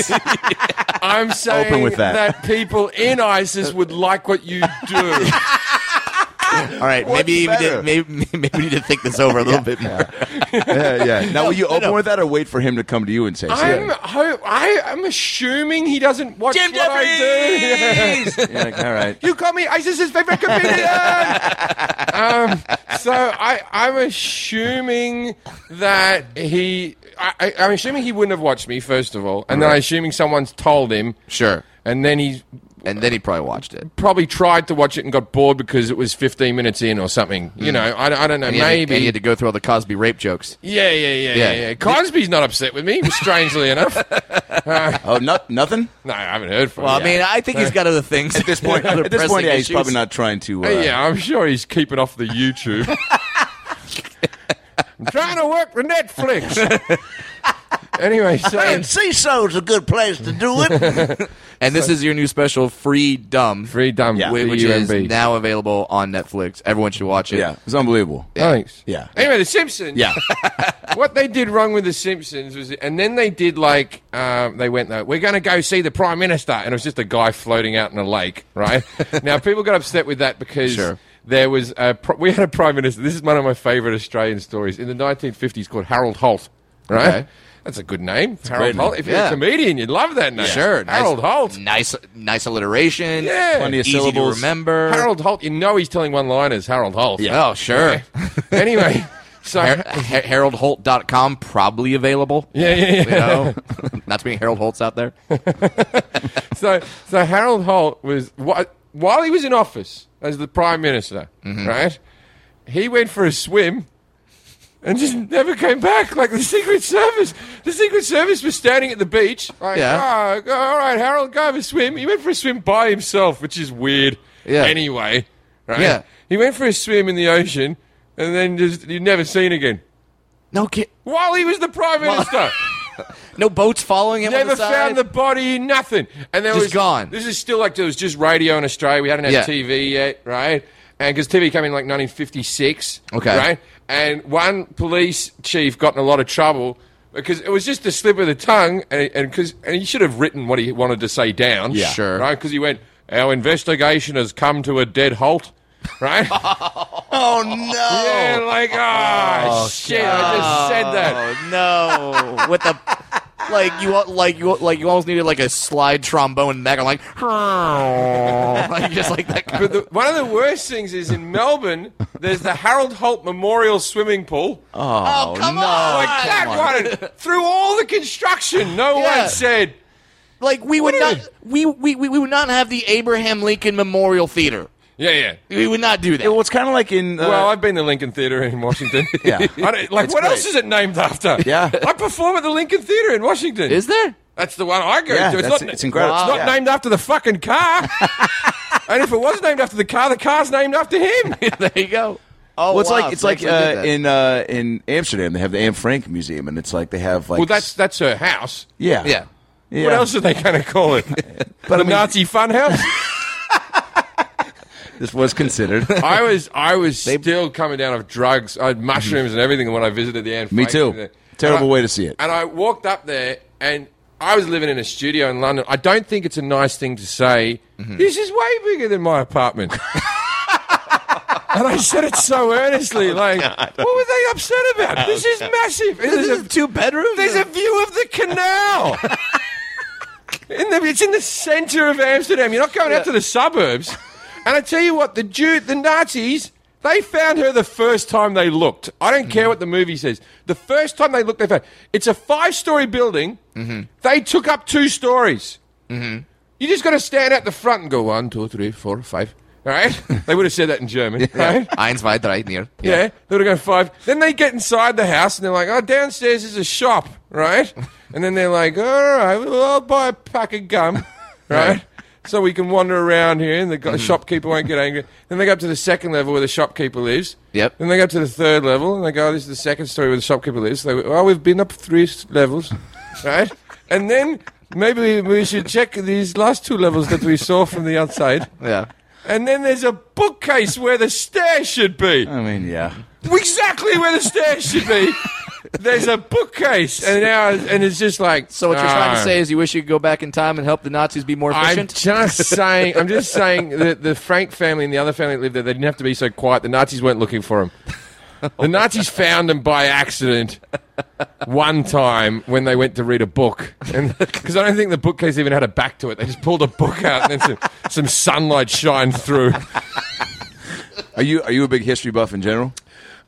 I'm saying
Open with that.
people in ISIS would like what you do.
all right, maybe we,
What's
did,
better?
maybe maybe we need to think this over a little bit more.
yeah, yeah. Now, will you open
no.
with that or wait for him to come to you and say?
I'm ho- I, I'm assuming he doesn't watch
Jim
what I do.
something? Yeah, like, all right.
You call me ISIS's favorite comedian. um, so I, I'm assuming that he, I, I, I'm assuming he wouldn't have watched me first of all, and then I'm assuming someone's told him,
Sure.
and then he
And then he probably watched it.
probably tried to watch it and got bored because it was 15 minutes in or something. You know, I, I don't know.
Hmm. And he had to-
maybe.
and he had to go through all the Cosby rape jokes.
yeah, yeah, yeah,
Yeah.
yeah, yeah. Cosby's not upset with me, strangely enough.
Oh, not nothing.
No, I haven't heard from
Well,
him.
I mean, I think he's got other things at this
Point- At this point, yeah, he's probably not trying to. Uh,
Hey, yeah, I'm sure he's keeping off the YouTube. I'm trying to work for Netflix. anyway, so
Seesaw's a good place to do it.
And this is your new special, Free Dumb,
free dumb,
Yeah.
whi-
free
which is
UMB.
now available on Netflix. Everyone should watch it.
yeah, it's unbelievable.
Thanks.
Yeah.
Anyway, The Simpsons.
Yeah.
what they did wrong with The Simpsons was, and then they did like um, they went like, we're going to go see the Prime Minister, and it was just a guy floating out in a lake, right? now people got upset with that because.
Sure.
There was a pro- we had a prime minister. This is one of my favourite Australian stories in the 1950s called Harold Holt. Right,
Okay.
that's a good name, Harold
great
Holt.
name.
If you're
Yeah.
a comedian, you'd love that name.
Sure. nice-
Harold Holt.
Nice, nice alliteration.
Yeah.
Plenty of
Easy
syllables.
to remember.
Harold Holt. You know he's telling one-liners. Harold Holt.
Oh, sure.
anyway, so
Har- Har- HaroldHolt.com probably available.
yeah, yeah, yeah.
You know, not too many Harold Holt's out there.
so so Harold Holt was whi- while he was in office as the prime minister,
Mm-hmm.
right? He went for a swim and just never came back. Like the Secret Service, the Secret Service was standing at the beach. Like,
Yeah.
"Oh, go- all right, Harold, go have a swim. He went for a swim by himself, which is weird.
Yeah.
Anyway, right?
Yeah.
He went for a swim in the ocean and then just you'd never seen again.
No, ki-
While he was the prime minister.
no boats following him. on
Never
the side?
found the body, nothing. And there
Just
was
gone.
This is still like there was just radio in Australia. We hadn't had
Yeah.
TV yet, right? And because TV came in like 1956,
Okay.
right? And one police chief got in a lot of trouble because it was just a slip of the tongue, and and because and he should have written what he wanted to say down,
Yeah.
Sure.
right? Because he went, our investigation has come to a dead halt, right?
Oh no.
yeah, like oh, shit, I just said that.
Oh no! With the like you al- like you al- like you almost needed like a slide trombone back. I'm like, like just like that. kind
But the, one of the worst things is in Melbourne, there's the Harold Holt Memorial Swimming Pool. Oh,
oh come on!
like that one, through all the construction, no
Yeah.
one said.
Like we would not we, we we we would not have the Abraham Lincoln Memorial Theater.
Yeah, yeah.
We would not do that.
Well, it's kind of like in. Uh,
Well, I've been to Lincoln Theatre in Washington.
Yeah.
I don't- like, what else is it named after?
Yeah.
I perform at the Lincoln Theatre in Washington.
Is there?
that's the one I go
Yeah,
to. It's
that's-
not,
it's incredible.
It's not
Wow.
named after the fucking car. and if it was named after the car, the car's named after him.
there you go. Oh,
well, it's
wow,
like it's
so
like
they actually did
uh,
that.
in uh, in Amsterdam they have the Anne Frank Museum and it's like they have like
well, that's that's her house.
yeah
yeah.
yeah.
What else are they going to call it? the
But I mean,
Nazi fun house?
this was considered.
I was I was still coming down off drugs. I had mushrooms and everything when I visited the Anne
Me
Frank
too.
And I-
Terrible way to see it.
And Uh, I walked up there and I was living in a studio in London. I don't think it's a nice thing to say.
Mm-hmm.
This is way bigger than my apartment. and I said it so earnestly,
Oh,
like, what were they upset about? this is massive. There's a,
two bedrooms.
there's a view of the canal. In the it's in the centre of Amsterdam. You're not going out to the suburbs. And I tell you what, the Jew, the Nazis, they found her the first time they looked. I don't care what the movie says. The first time they looked, they found it's a five-story building. They took up two stories. You just got to stand at the front and go one, two, three, four, five. All right? they would have said that in German, right?
Eins, zwei, drei, near.
Yeah. they would have gone five. Then they get inside the house and they're like, oh, downstairs is a shop, right? and then they're like, all right, well, I'll buy a pack of gum, right? so we can wander around here and the
Mm.
gu- shopkeeper won't get angry. Then they go up to the second level where the shopkeeper lives.
Yep.
Then they go up to the third level and they go, oh, this is the second story where the shopkeeper lives. So they, oh, we've been up three s- levels, right? And then maybe we should check these last two levels that we saw from the outside.
Yeah.
And then there's a bookcase where the stairs should be
I mean, yeah.
exactly where the stairs should be. There's a bookcase, and now and it's just like.
So what you're trying to
"Ah."
say is you wish you could go back in time and help the Nazis be more
I'm
efficient?
just saying. I'm just saying that the Frank family and the other family that lived there, they didn't have to be so quiet. The Nazis weren't looking for them. The Nazis found them by accident one time when they went to read a book, because I don't think the bookcase even had a back to it. They just pulled a book out, and then some, some sunlight shined through.
Are you are you a big history buff in general?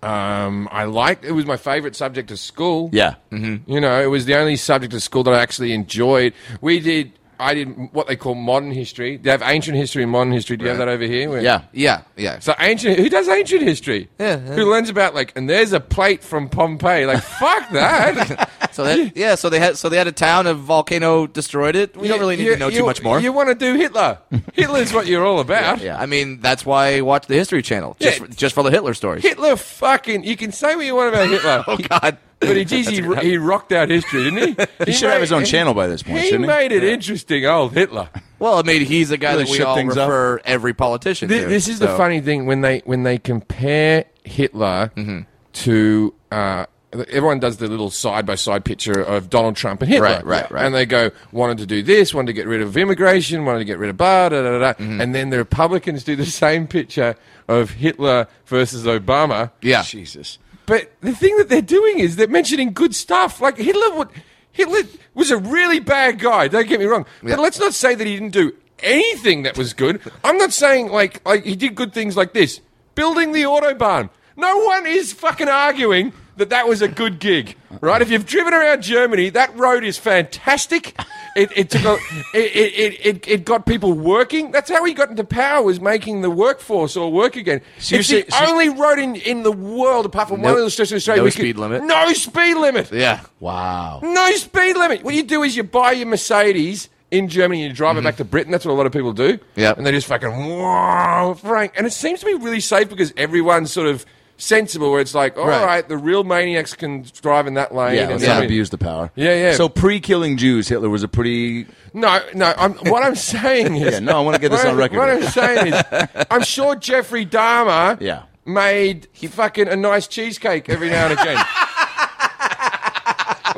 Um, I liked. It was my favorite subject of school.
Yeah.
You know, it was the only subject at school that I actually enjoyed. We did, I did what they call modern history. They have ancient history and modern history. Do you have that over here? Where-
Yeah.
yeah, yeah.
So ancient, who does ancient history?
Yeah.
Who learns about like, and there's a plate from Pompeii. Like, fuck that.
So that, yeah, so they had so they had a town, a volcano destroyed it. We don't really need
You-
to know
you-
too much more.
You want to do Hitler? Hitler's what you're all about.
yeah, I mean that's why I watch the History Channel just
Yeah.
for, just for the Hitler stories.
Hitler, fucking. You can say what you want about Hitler.
oh God,
But he, geez, he, he rocked out history, didn't he?
He should have his own channel by this point,
He
shouldn't he?
made it interesting, old Hitler.
Well, I mean, he's a guy
Really
that we
shook
all
things up.
refer every politician
Th-
to.
this is the
so-
funny thing when they when they compare Hitler
Mm-hmm.
to uh, everyone does the little side by side picture of Donald Trump and Hitler,
Right, right, right.
And they go wanted to do this, wanted to get rid of immigration, wanted to get rid of blah, da, da, da, da.
Mm-hmm.
and then the Republicans do the same picture of Hitler versus Obama.
Yeah.
Jesus.
But the thing that they're doing is they're mentioning good stuff. Like Hitler, would, Hitler was a really bad guy. Don't get me wrong.
Yeah.
But let's not say that he didn't do anything that was good. I'm not saying like like he did good things like this, building the autobahn. No one is fucking arguing that that was a good gig, right? If you've driven around Germany, that road is fantastic. It, it, took a, it, it, it- it, it got people working. That's how he got into power was making the workforce all work again.
you're
it's the
saying- so you-
only road in, in the world apart from
No-
one little stretch of Australia.
no
we
speed limit.
No speed limit.
Yeah,
Wow.
No speed limit. What you do is you buy your Mercedes in Germany and you drive it
Mm-hmm.
back to Britain. That's what a lot of people do.
Yep.
And they just fucking, whoa, Frank. And it seems to be really safe because everyone's sort of sensible where it's like, all right,
Right.
the real maniacs can drive in that lane.
Yeah,
and
let's
I
not
mean-
abuse the power.
Yeah, yeah.
So pre-killing Jews, Hitler was a pretty.
No, no. I'm, what I'm saying is,
Yeah, no, I wanna get this
what
on
I'm-
record.
What I'm saying is, I'm sure Jeffrey Dahmer,
Yeah.
made he fucking a nice cheesecake every now and again.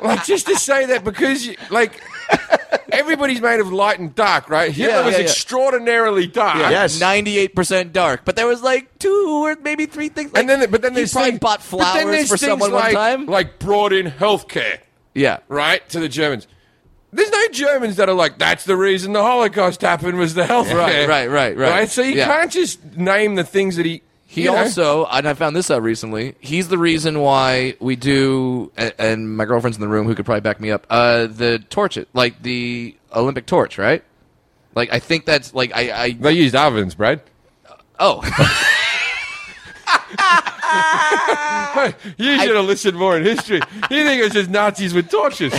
like just to say that because you, like everybody's made of light and dark, right? Hitler
Yeah,
was
yeah, yeah.
extraordinarily dark.
Yes.
ninety-eight percent dark. But there was like two or maybe three things. Like,
And then, but then
he
there's
probably
things-
bought
but then
flowers
there's
for
things
someone
like,
one time.
like brought in healthcare.
yeah,
right, to the Germans. There's no Germans that are like, that's the reason the Holocaust happened was the health care."
right, right, right.
So you
Yeah.
can't just name the things that he.
He
you know.
also, and I found this out recently. He's the reason why we do, a- and my girlfriend's in the room who could probably back me up. Uh, the torch, it like the Olympic torch, right? Like I think that's like I, I
They used ovens, Brad.
oh
You should have listened more in history. you think it was just Nazis with torches.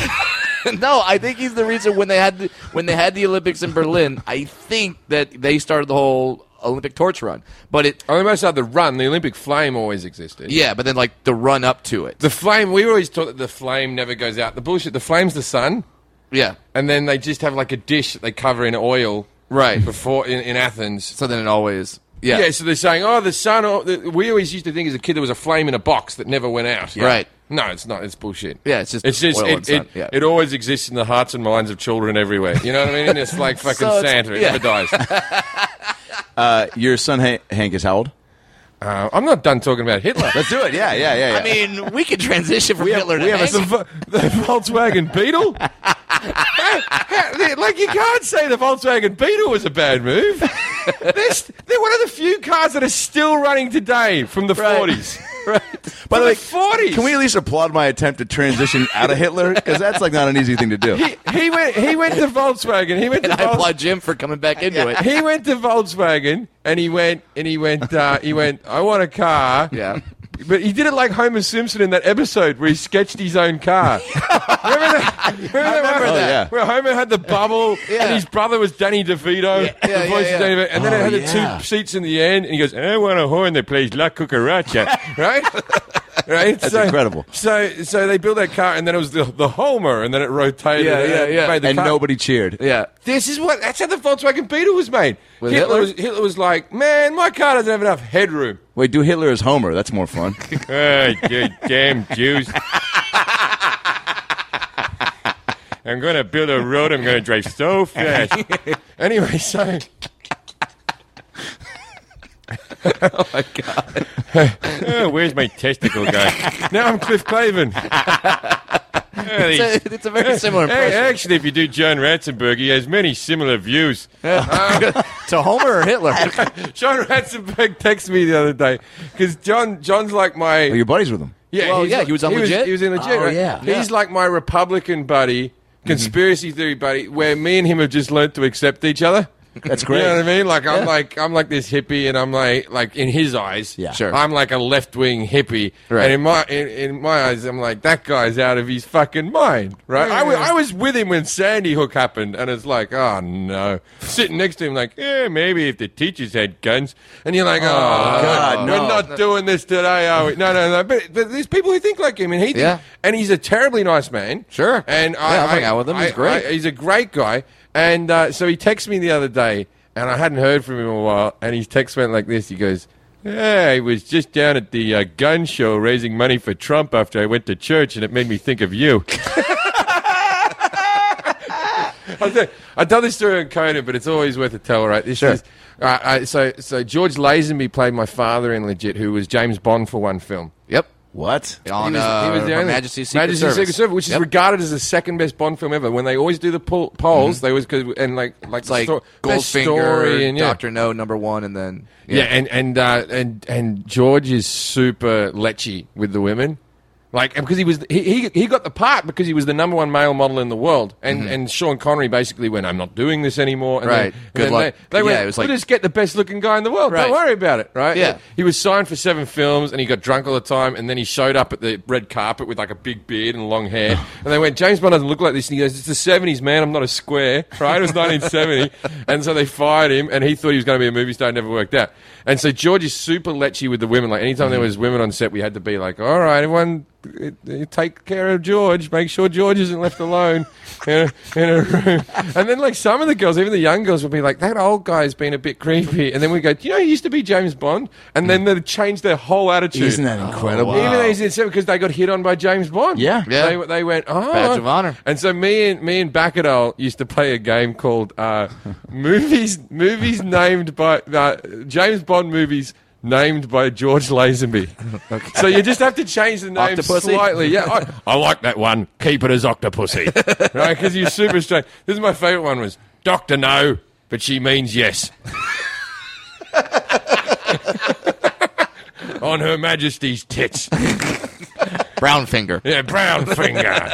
no, I think he's the reason when they had the, when they had the Olympics in Berlin. I think that they started the whole Olympic torch run, but it
I almost had the run. The Olympic flame always existed.
yeah, but then like the run up to it,
The flame, we were always taught that the flame never goes out. The bullshit, the flame's the sun.
yeah.
And then they just have like a dish that they cover in oil.
Right.
Before in, in Athens.
So then it always yeah,
Hmm. Yeah. so they're saying, oh, the sun. Oh, the, we always used to think as a kid there was a flame in a box that never went out.
Right.
No, it's not. It's bullshit.
Yeah, it's just
It's just
oil and
it,
sun,
it,
yeah.
it always exists in the hearts and minds of children everywhere. You know what I mean? And it's like fucking
So it's-
Santa. It
yeah.
never dies. uh,
Uh, your son Han- Hank is how old?
Uh, I'm not done talking about Hitler.
Let's do it. Yeah, yeah, yeah. yeah.
I mean, we could transition from
we have,
Hitler to
we have a
Hank.
sub-
the Volkswagen Beetle. like you can't say the Volkswagen Beetle was a bad move. they're, st- they're one of the few cars that are still running today from the
Right.
40s.
By the
the
way,
40s.
Can we at least applaud my attempt to transition out of Hitler? Because that's like not an easy thing to do.
He, he went. He went to Volkswagen. He went
And
to
I
Volkswagen.
applaud Jim for coming back into it.
he went to Volkswagen and he went and he went uh, he went. I want a car.
Yeah.
But he did it like Homer Simpson in that episode where he sketched his own car. remember that? Remember that, one?
that. Oh, yeah.
Where Homer had the bubble and his brother was Danny DeVito.
yeah,
the voice
yeah,
of Danny DeVito, and then
Oh,
it had
yeah.
the two seats in the end and he goes, I want a horn that plays La Cucaracha. right? Right? That's
incredible.
So so they built that car and then it was the, the Homer and then it rotated.
Yeah,
and
yeah,
it
yeah.
made the
and
car-
nobody cheered.
Yeah.
this is what that's how the Volkswagen Beetle was made.
With
Hitler,
Hitler?
was Hitler was like, man, my car doesn't have enough headroom.
Wait, do Hitler as Homer? That's more fun.
Oh, you damn Jews! I'm gonna build a road. I'm gonna drive so fast. anyway, so. oh my Oh, god! where's my testicle guy? now I'm Cliff Clavin.
It's a, it's a very similar
Hey,
impression.
actually, if you do John Ratzenberger, he has many similar views.
to Homer or Hitler?
John Ratzenberg texted me the other day because John John's like my
Well, your buddies with him.
yeah
Well,
he's
yeah,
like-
he was on Legit?
he was in legit
Oh,
right?
yeah.
he's like my Republican buddy
Mm-hmm.
conspiracy theory buddy where me and him have just learnt to accept each other.
That's great.
You know what I mean? Like I'm like I'm like this hippie, and I'm like like in his eyes,
Yeah.
Sure.
I'm like a left wing hippie,
Right.
and in my in, in my eyes, I'm like that guy's out of his fucking mind, right? I, wa- I was with him when Sandy Hook happened, and it's like, oh no, sitting next to him, like, yeah, maybe if the teachers had guns, and you're like, oh,
God,
we're
no.
not doing this today, are we? No, no, no. But, but there's people who think like him, and he, thinks-
Yeah.
and he's a terribly nice man,
Sure.
and
Yeah,
I,
I've hung
I-
out with him. He's
I-
great.
I- he's a great guy. And uh, so he texted me the other day, and I hadn't heard from him in a while. And his text went like this: He goes, "Yeah, I was just down at the uh, gun show raising money for Trump after I went to church, and it made me think of you." I think- I tell this story on Conan, but it's always worth a tell, right? This is, uh, uh, so, so George Lazenby played my father in Legit, who was James Bond for one film.
Yep.
What?
On uh, Her Majesty's Secret
Majesty's
Service.
Secret Service, which is
Yep.
regarded as the second best Bond film ever. When they always do the poll, polls, they always go and like like
Mm-hmm. It's like
sto- best
Goldfinger,
story and yeah.
Doctor No, number one, and then
Yeah, and and uh, and and George is super lechy with the women. Like and because he was he, he he got the part because he was the number one male model in the world, and and Sean Connery basically went, "I'm not doing this anymore." And
Mm-hmm. Right.
then- and
Good
then
luck.
They, they
Yeah,
went,
it was
"We'll
like-
just get the best looking guy in the world.
Right.
Don't worry about it." Right?
Yeah.
He was signed for seven films, and he got drunk all the time, and then he showed up at the red carpet with like a big beard and long hair, and they went, "James Bond doesn't look like this." And he goes, "It's the '70s, man. I'm not a square." Right? It was 1970, and so they fired him, and he thought he was going to be a movie star. It Never worked out. And so George is super lechy with the women. Like anytime
Mm-hmm.
there was women on set, we had to be like, "All right, everyone, eh, eh, take care of George. Make sure George isn't left alone in a, in a room." And then like some of the girls, even the young girls, would be like, "That old guy's been a bit creepy." And then we go, "Do you know he used to be James Bond?" And then they changed their whole attitude.
Mm. Isn't that
Oh,
incredible?
Even though he's in seven, because they got hit on by James Bond.
Yeah.
Yeah.
They, they went, oh.
Badge of honor.
And so me and me and Bacchanal used to play a game called uh, movies movies named by uh, James Bond movies named by George Lazenby. So you just have to change the name
Octopussy?
slightly. Yeah. I, I like that one. Keep it as Octopussy. right? Because you're super strange. This is my favorite one was Doctor No, but she means yes. on Her Majesty's tits.
Brown Finger.
Yeah, brown finger.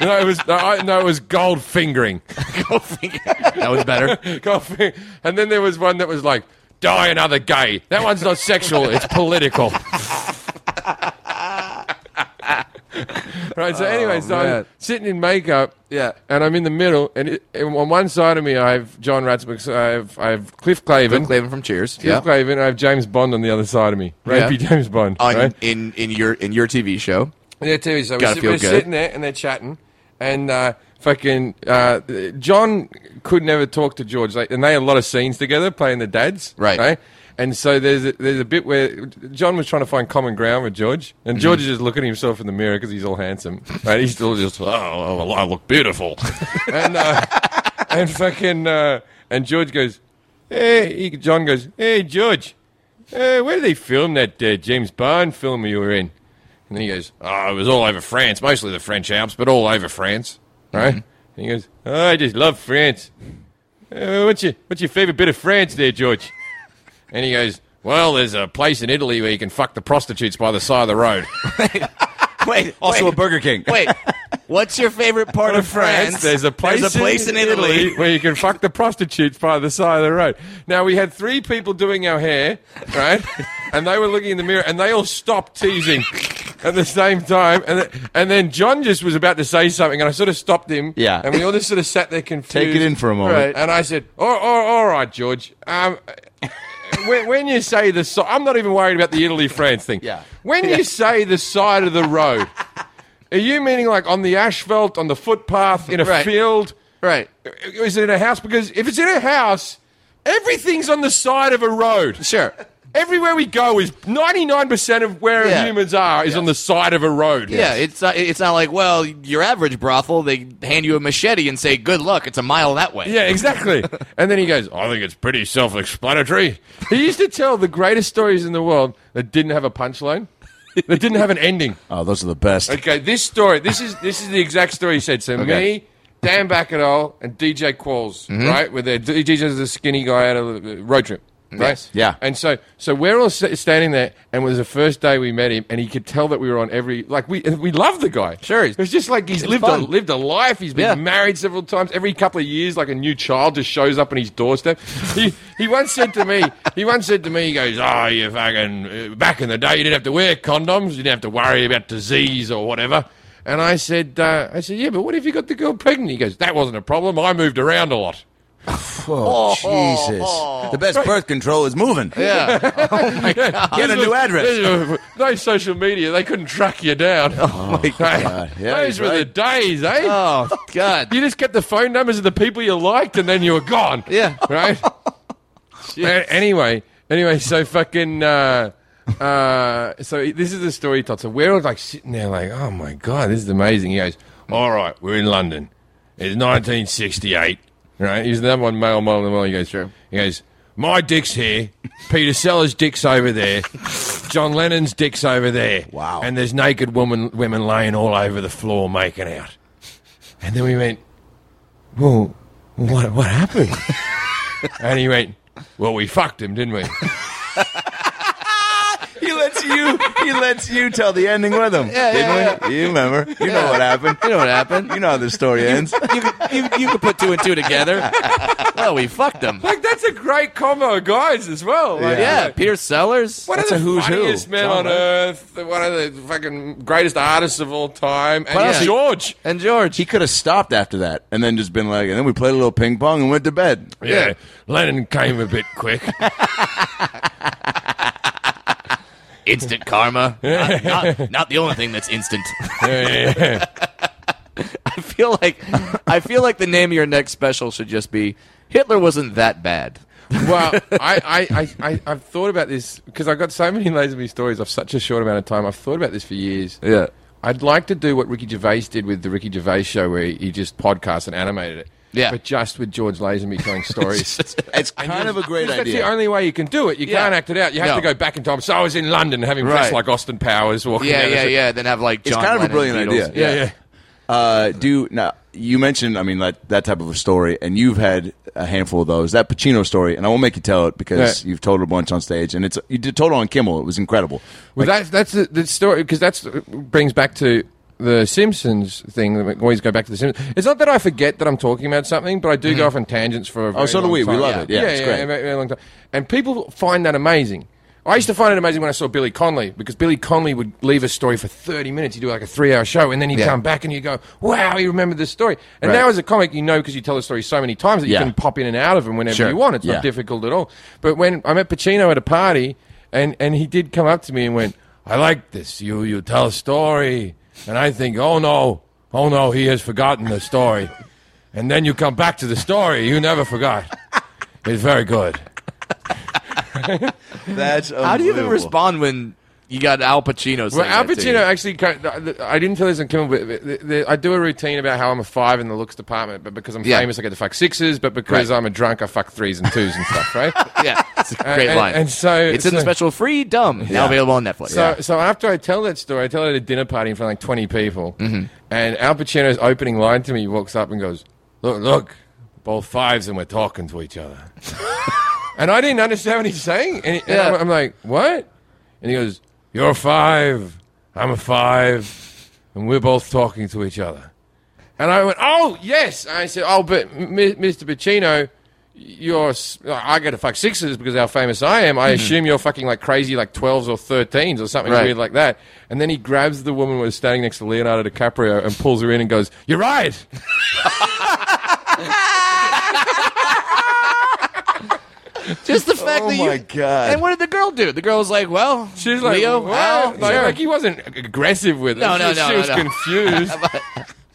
no, it was no, I, no, it was gold fingering.
that was better.
Gold fing- and then there was one that was like, die another gay. That one's not sexual; it's political. right. So, anyway, so
Oh, man.
I'm sitting in makeup.
Yeah.
And I'm in the middle, and, it, and on one side of me, I have John Ratzenberger, I have I have Cliff
Bill
Clavin,
Clavin from Cheers.
Cliff Clavin, and I have James Bond on the other side of me,
Yeah.
rapey James Bond.
On,
right?
in in your in your TV show.
Yeah, TV show.
Gotta
We're, sit-
feel
we're
good.
sitting there and they're chatting, and uh, fucking uh, John could never talk to George, like, and they had a lot of scenes together playing the dads,
Right.
And so there's a, there's a bit where John was trying to find common ground with George, and
Mm-hmm.
George is just looking at himself in the mirror because he's all handsome, right? He's still just oh, well, I look beautiful, and uh, and fucking uh, and George goes, hey, he, John goes, hey George, uh, where did they film that uh, James Bond film you were in? "Ah, And then he goes, oh, it was all over France, mostly the French Alps, but all over France, right? And he goes, oh, I just love France. "Uh, what's your What's your favorite bit of France, there, George? And he goes, Well, there's a place in Italy where you can fuck the prostitutes by the side of the road.
Wait,
Also
wait,
a Burger King.
wait. What's your favorite part of France?
There's a place,
There's a place in Italy.
where you can fuck the prostitutes by the side of the road. Now we had three people doing our hair, right? and they were looking in the mirror, and they all stopped teasing at the same time. And th- and then John just was about to say something, and I sort of stopped him.
Yeah.
And we all just sort of sat there confused.
it in for a moment.
Right. And I said, "Oh, oh, all right, George." Um, when, when you say the, si- I'm not even worried about the Italy France thing.
Yeah.
When you say the side of the road. Are you meaning like on the asphalt, on the footpath, in a
Right.
field?
Right.
Is it in a house? Because if it's in a house, everything's on the side of a road.
Sure.
Everywhere we go is 99% of where
Yeah.
humans are is on the side of a road.
Yeah, it's not, it's not like well, your average brothel. They hand you a machete and say, "Good luck." It's a mile that way.
Yeah, exactly. and then he goes, I think it's pretty self explanatory. He used to tell the greatest stories in the world that didn't have a punchline, that didn't have an ending.
Oh, those are the best.
Okay, this story. This is this is the exact story he said. So me, Dan Bacadol, and DJ Qualls, right? With their DJ's the skinny guy out of the road trip. Right?
Yes.
Yeah.
And so, so we're all s- standing there, and it was the first day we met him, and he could tell that we were on every like we we love the guy.
Sure.
It's just like he's lived a,
fun.
lived a life. He's been
Yeah.
married several times. Every couple of years, like a new child just shows up on his doorstep. he he once said to me, he once said to me, he goes, "Oh, you fucking uh, back in the day, you didn't have to wear condoms. You didn't have to worry about disease or whatever." And I said, uh, I said, yeah, but what if you got the girl pregnant? He goes, that wasn't a problem. I moved around a lot.
Oh, Jesus. The best birth control is moving.
oh. Yeah.
Get a new address.
no social media. They couldn't track you down. Oh my
God. Yeah,
Those
he's
were the
right.
days, eh?
oh God.
You just kept the phone numbers of the people you liked, and then you were gone.
Yeah.
Right. A- anyway, anyway, so fucking. Uh, uh, so this is the story he told. So we're all like sitting there, like, oh my god, this is amazing. He goes, all right, we're in London. It's 1968. Right? He's the number one male model in the world. He goes, He goes, my dick's here. Peter Sellers' dick's over there. John Lennon's dick's over there.
Wow.
And there's naked woman, women laying all over the floor making out. And then we went, well, what, what happened? and he went, well, we fucked him, didn't we?
He lets you he lets you tell the ending with him. Didn't we? You remember. You know what happened.
You know what happened?
You know how this story ends.
you could, you, you could put two and two together. well, we fucked them.
Like, that's a great combo of guys as well. Like,
Yeah, Peter Sellers.
One of
That's
the
a who's who.
funniest men
John
on earth, one of the fucking greatest artists of all time, and
But
yeah.
also-
George.
And George.
He could have stopped after that and then just been like, and then we played a little ping pong and went to bed.
Yeah, Lennon came a bit quick.
instant karma. Not, not- not the only thing that's instant. I feel like I feel like the name of your next special should just be Hitler wasn't that bad.
well, I, I, I, I, I've thought about this because I've got so many Lazenby stories of such a short amount of time. I've thought about this for years.
Yeah.
I'd like to do what Ricky Gervais did with the Ricky Gervais show, where he, he just podcast and animated it.
Yeah.
But just with George Lazenby telling stories.
It's kind of a great
Because That's
idea.
the only way you can do it. You
Yeah.
can't act it out. You have
No.
to go back in time. So I was in London having dressed
Right.
like Austin Powers walking
Yeah,
down the
yeah,
street.
yeah. Then have like John.
it's kind of a
Lennon,
brilliant
Beatles.
idea.
Yeah, yeah.
Uh, do now you mentioned I mean that that type of a story, and you've had a handful of those. That Pacino story, and I won't make you tell it because
Yeah.
you've told it a bunch on stage, and it's you did told it on Kimmel. It was incredible.
Well, that's that's the, the story because that's uh, brings back to the Simpsons thing. that We always go back to the Simpsons. It's not that I forget that I'm talking about something, but I do go off on tangents for a very
Mm-hmm. Oh, so do
long
we. We
time.
love it. Yeah,
yeah,
it's great.
a very, very long time. And people find that amazing. I used to find it amazing when I saw Billy Conley because Billy Conley would leave a story for 30 minutes. He'd do like a three hour show, and then he'd
Yeah.
come back and you'd go, wow, he remembered this story. And
Right.
now, as a comic, you know because you tell the story so many times that
Yeah.
you can pop in and out of them whenever
Sure.
you want. It's
Yeah.
not difficult difficult at all. But when I met Pacino at a party, and, and he did come up to me and went, "I like this. You you tell a story," and I think, "Oh no, oh no, he has forgotten the story." And then you come back to the story you never forgot. It's very good.
That's
How do you even respond when You got Al Pacino. saying
Well, Al
that to
Pacino
you.
actually, kind of- I didn't tell this on Kimmel, but the- the- I do a routine about how I'm a five in the looks department, but because I'm
Yeah.
famous, I get to fuck sixes, but because
Right.
I'm a drunk, I fuck threes and twos and stuff, right?
Yeah, it's a great
Uh, and-
line.
and so-
it's in the
so-
special Freedom now available on Netflix.
So, so after I tell that story, I tell it at a dinner party in front of like 20 people, and Al Pacino's opening line to me, he walks up and goes, look, look, both fives and we're talking to each other. and I didn't understand what he's saying, and, he- and
Yeah.
I'm, I'm like, what? And he goes, you're a five, I'm a five, and we're both talking to each other. And I went, oh, yes. And I said, oh, but M- M- Mr. Pacino, you're, s- I get to fuck sixes because how famous I am. I assume you're fucking like crazy, like 12s or 13s or something
Hmm. Right.
weird like that. And then he grabs the woman who was standing next to Leonardo DiCaprio and pulls her in and goes, you're right.
Just the fact that you.
god!
And what did the girl do? The girl was like, "Well,
Oh She's like,
Leo,
"What?"
Al,
like,
yeah.
like, he wasn't ag- aggressive with
No,
her.
no,
she,
no,
She
no,
was
no.
confused.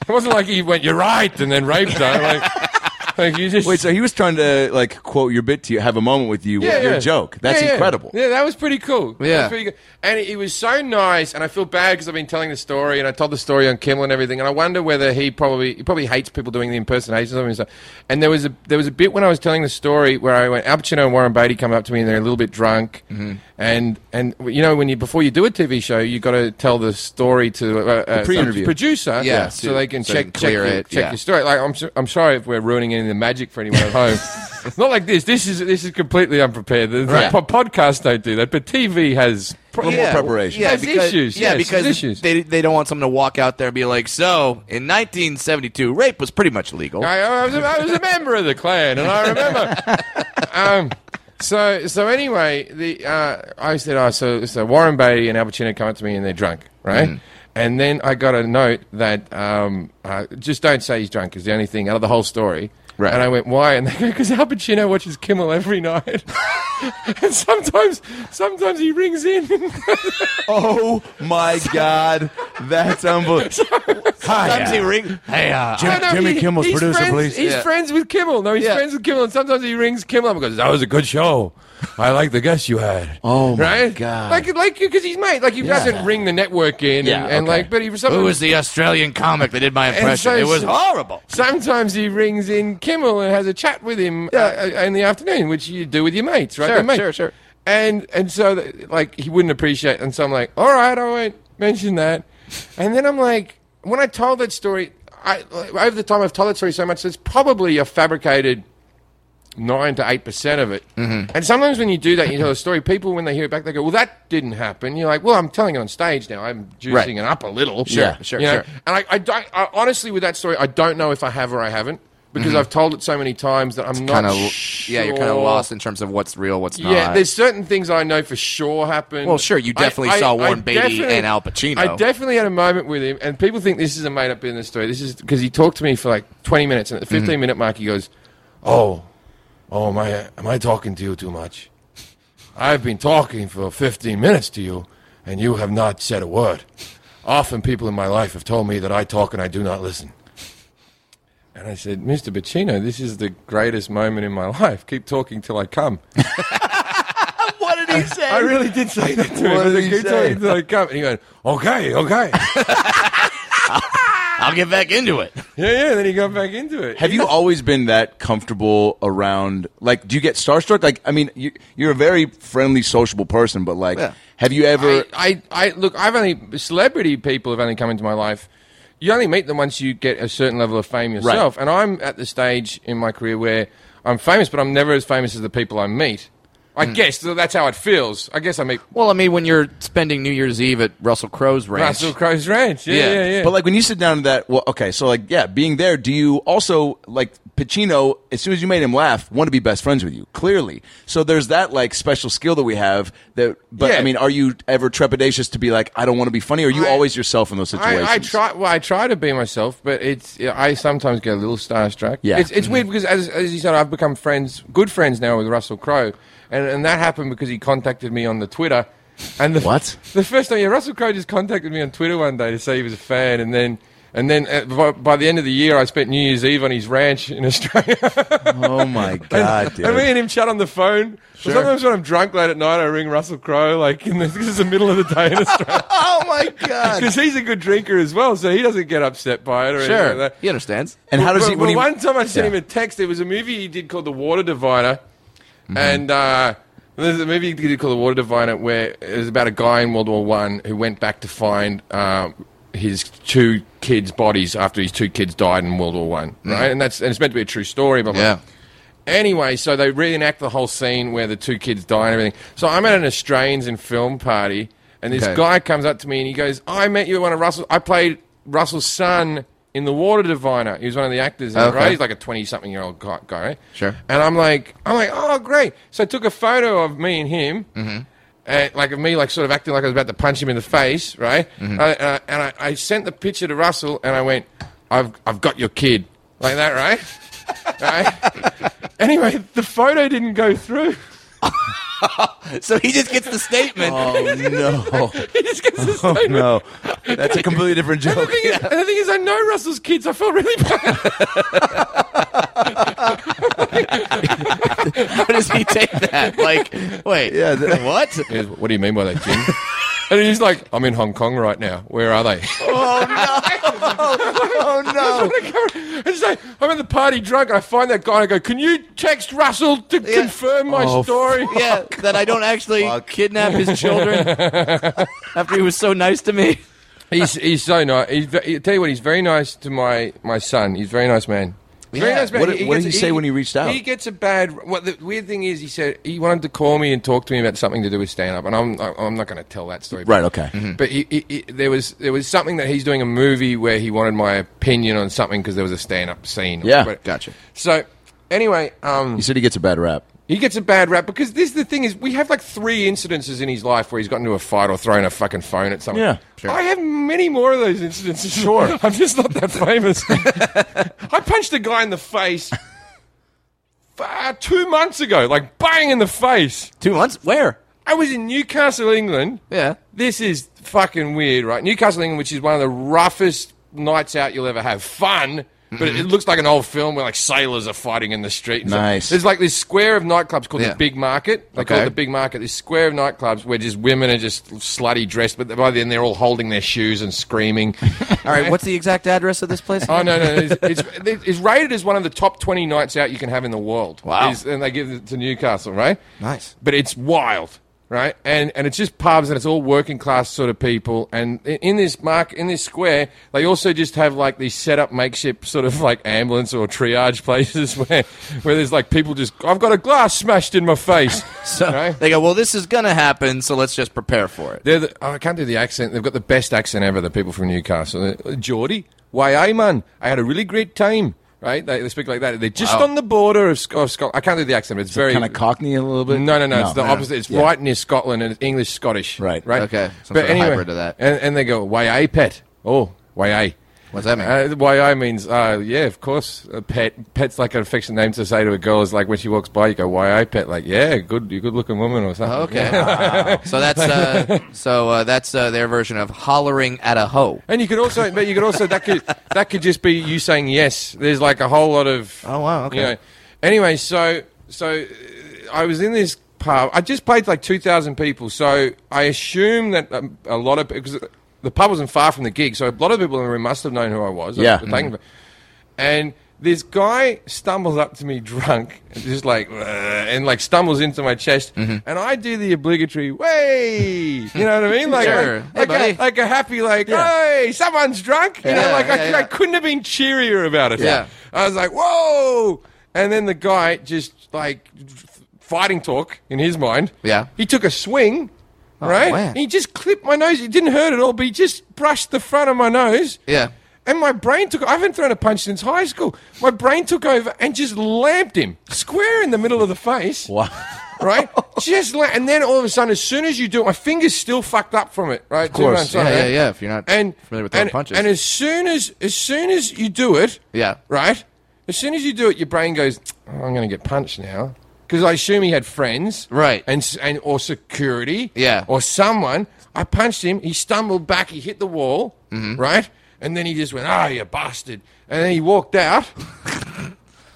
it wasn't like he went, you're right, and then raped her. Like, like you just
Wait, so he was trying to like quote your bit to you, have a moment with you with your joke. That's
Yeah, yeah.
incredible.
Yeah, that was pretty cool. That was
Yeah.
pretty good. And he was so nice, and I feel bad because I've been telling the story, and I told the story on Kimmel and everything, and I wonder whether he probably he probably hates people doing the impersonations of him. And, stuff. and there was a there was a bit when I was telling the story where I went, Al Pacino and Warren Beatty come up to me, and they're a little bit drunk,
Mm-hmm.
and and you know when you before you do a TV show, you got to tell the story to uh, uh,
pre-interview.
some producer,
Yeah,
so
to-
they can
so
check
you can
check,
clear
your,
it,
check
yeah.
your story. Like I'm, so- I'm sorry if we're ruining any of the magic for anyone at home. Not like this. This is this is completely unprepared. The, the
Right.
po- podcasts don't do that, but TV has. pro-
Yeah. more preparation.
Yeah,
There's
because,
issues,
Yeah,
yes,
because
there's issues.
they they don't want someone to walk out there and be like, so in 1972, rape was pretty much legal.
I, I, was a, I was a member of the clan, and I remember. um, so so anyway, the uh, I said, oh, so so Warren Beatty and Al Pacino come up to me and they're drunk, right? And then I got a note that um, uh, just don't say he's drunk is the only thing out of the whole story.
Right.
And I went, why? And they go, because Al Pacino watches Kimmel every night, and sometimes sometimes he rings in.
Oh my god, that's unbelievable.
Sometimes
Hi,
he ring. Hey, uh,
No, no,
Jimmy
he-
Kimmel's
he's
producer,
friends,
please.
He's
Yeah.
friends with Kimmel. No, he's
Yeah.
friends with Kimmel, and sometimes he rings Kimmel up and goes, "That was a good show. I like the guest you had."
Oh, my
right?
God.
Like, like because he's mate. Like he doesn't ring the network in, and,
Yeah,
and
okay.
like, but he sometimes,
who was the Australian comic that did my impression?
so-
it was horrible.
sometimes he rings in Kimmel and has a chat with him uh, uh, in the afternoon, which you do with your mates, right?
Sure,
They're mates.
sure, sure.
And and so th- like he wouldn't appreciate, and so I'm like, all right, I won't mention that. And then I'm like, when I told that story, I like, over the time I've told that story so much, it's probably a fabricated nine to eight percent of it.
Mm-hmm.
And sometimes when you do that, you tell a story. People, when they hear it back, they go, "Well, that didn't happen." You're like, "Well, I'm telling it on stage now. I'm juicing
Right.
it up a little."
Sure, sure,
You know?
sure.
And I, I don't I, honestly with that story, I don't know if I have or I haven't because I've told it so many times that I'm not
Kind of,
Oh, sure.
Mm-hmm. yeah, you're kind of lost in terms of what's real, what's not.
Yeah, there's certain things I know for sure happened.
Well, sure, you definitely saw Warren Beatty
definitely-
and Al Pacino.
I definitely had a moment with him, and people think this is a made up business story. This is because he talked to me for like 20 minutes, and at the
Mm-hmm.
15 minute mark, he goes, "Oh, oh, am I am I talking to you too much? I've been talking for 15 minutes to you, and you have not said a word. Often people in my life have told me that I talk and I do not listen." And I said, Mr. Pacino, this is the greatest moment in my life. Keep talking till I come.
what did he say?
I really did say that to him.
What
I
did
said,
he
"Keep
say?
talking until I come. And he went, okay, okay.
I'll get back into it.
yeah, yeah. And then he got back into it.
Have you always been that comfortable around? Like, do you get starstruck? Like, I mean, you, you're a very friendly, sociable person, but like,
Yeah.
have you ever?
I, I, I look. I've only celebrity people have only come into my life. You only meet them once you get a certain level of fame yourself. And I'm at the stage in my career where I'm famous, but I'm never as famous as the people I meet. I guess that's how it feels. I guess I meet
Well, I mean, when you're spending New Year's Eve at Russell Crowe's ranch,
Russell Crowe's ranch. Yeah,
Yeah.
yeah, yeah.
But like when you sit down to that, well, okay, so like yeah, being there, do you also like Pacino? As soon as you made him laugh, want to be best friends with you? Clearly, so there's that like special skill that we have. That, but
Yeah.
I mean, are you ever trepidatious to be like, I don't want to be funny? Or are you
I-
always yourself in those situations?
I, I try. Well, I try to be myself, but it's. I sometimes get a little starstruck.
Yeah. Mm-hmm.
it's, it's weird because as as you said, I've become friends, good friends now with Russell Crowe, and and that happened because he contacted me on the Twitter, and the
What?
the first time, yeah, Russell Crowe just contacted me on Twitter one day to say he was a fan, and then. And then uh, by, by the end of the year, I spent New Year's Eve on his ranch in Australia.
Oh my god, dude!
And me and him chat on the phone. Sometimes when I'm drunk late at night, I ring Russell Crowe. Like in the, this is the middle of the day in Australia
oh my god!
because he's a good drinker as well, so he doesn't get upset by it or
Sure,
anything like that.
he understands.
And how does
well,
he?
Well,
When he
one time I sent
Yeah.
him a text. There was a movie he did called The Water Divider,
Mm-hmm.
and uh, there's a movie he did called The Water Divider where it was about a guy in World War One who went back to find uh, his two kids' bodies after his two kids died in World War One,
Mm-hmm.
right? And that's and it's meant to be a true story. Blah, blah.
Yeah.
Anyway, so they reenact the whole scene where the two kids die and everything. So I'm at an Australians in film party, and this
Okay.
guy comes up to me and he goes, "I met you at one of Russell. I played Russell's son in The Water Diviner. He was one of the actors, in it,
Okay.
right? He's like a twenty-something-year-old guy, guy, right?
Sure.
And I'm like, I'm like, oh great. So I took a photo of me and him.
Mm-hmm.
And like of me, like sort of acting like I was about to punch him in the face, right?
Mm-hmm.
I- and I, and I, I sent the picture to Russell, and I went, "I've, I've got your kid," like that, right? right? Anyway, the photo didn't go through.
So he just gets the statement.
oh
He just gets this
no!
statement.
no, that's a completely different
And the,
joke.
thing is, and the thing is, I know Russell's kids. I felt really bad.
How does he take that? Like, wait,
Yeah, the-
what?
what do you mean by that, Jim? And he's like, I'm in Hong Kong right now. Where are they?
Oh no!
I just say, I'm at the party drunk. I find that guy and I go, Can you text Russell to confirm my
Oh,
story?
Yeah, that I don't actually
Fuck.
kidnap his children after he was so nice to me.
He's, he's so nice. He's, ve- I tell you what, he's very nice to my, my son. He's a very nice man. Very
Yeah.
nice man.
What- what did he say when he reached out?
He gets a bad. Well, the weird thing is, he said he wanted to call me and talk to me about something to do with stand up, and I'm I'm not going to tell that story.
Right? Okay.
But he, he, he- there was there was something that he's doing a movie where he wanted my opinion on something because there was a stand up scene.
Yeah,
But-
gotcha.
So anyway, um,
He said he gets a bad rap.
He gets a bad rap because this the thing is we have like three incidences in his life where he's gotten into a fight or thrown a fucking phone at someone.
Yeah,
I have many more of those incidences. Sure, I'm just not that famous. I punched a guy in the face uh, two months ago, like bang in the face.
Two months? Where?
I was in Newcastle, England.
Yeah.
This is fucking weird, right? Newcastle, England, which is one of the roughest nights out you'll ever have. Fun, but it,
Mm-hmm.
it looks like an old film where like sailors are fighting in the street. and stuff.
Nice.
There's like this square of nightclubs called
Yeah.
the Big Market. They call
Okay.
it the Big Market. This square of nightclubs where just women are just slutty dressed, but by then they're all holding their shoes and screaming.
All right, what's the exact address of this place?
Oh no, no, no. It's, it's, it's rated as one of the top twenty nights out you can have in the world.
Wow.
Is- and they give it to Newcastle, right?
Nice.
But it's wild, right? And and it's just pubs and it's all working class sort of people. And i- in this mark, in this square, they also just have like these set up makeshift sort of like ambulance or triage places where where there's like people just I've got a glass smashed in my face.
So
right?
they go, well, this is going to happen, so let's just prepare for it.
They're the, oh, I can't do the accent. They've got the best accent ever. The people from Newcastle, Uh, Geordie. Why, aye, man. I had a really great time. Right? They, they speak like that. They're just
Wow.
on the border of, Sc- of Scotland. I can't do the accent. but It's very
Kind of cockney a little bit.
No, no, no. It's the
no.
opposite. It's
Yeah.
right near Scotland and it's English Scottish.
Right.
Right.
Okay. Some sort of hybrid of that.
And, and they go, why, aye, pet. Oh, why, aye.
What's that mean?
Uh, why I means uh, yeah, of course. A pet, pet's like an affectionate name to say to a girl. Is like when she walks by, you go, "Why I pet?" Like, yeah, good, you good looking woman or something.
Okay. so that's uh, so uh, that's uh, their version of hollering at a hoe.
And you could also, but you could also that could that could just be you saying yes. There's like a whole lot of
Oh, wow, okay.
You know. Anyway, so so uh, I was in this pub. I just played like two thousand people, so I assume that um, a lot of because the pub wasn't far from the gig, so a lot of people in the room must have known who I was.
Yeah.
The thing-
Mm-hmm.
and this guy stumbles up to me drunk, just like, "Ugh," and like stumbles into my chest,
Mm-hmm.
and I do the obligatory "way," you know what I mean? Like,
Sure. Hey,
like,
buddy.
a, like a happy, like, "Hey, someone's drunk," you
Yeah,
know? Like, I,
yeah, yeah.
I couldn't have been cheerier about it.
Yeah.
I was like, "Whoa!" And then the guy just like f- fighting talk in his mind.
Yeah. Oh,
he took a swing. Right?
man.
He just clipped my nose. It didn't hurt at all, but he just brushed the front of my nose.
Yeah.
And my brain took. I haven't thrown a punch since high school. My brain took over and just lamped him square in the middle of the face.
Wow.
Right? just la- and then all of a sudden, as soon as you do it, my finger's still fucked up from it. Right? Of
course.
Yeah, yeah, yeah. If you're not
And
familiar with throwing
and,
punches,
and as soon as as soon as you do it,
Yeah.
right. As soon as you do it, your brain goes, "Oh, "I'm going to get punched now," because I assume he had friends,
Right.
And s- and or security,
Yeah. Mm-hmm.
or someone. I punched him. He stumbled back. He hit the wall, right? And then he just went, "Ah, you bastard!" And then he walked out.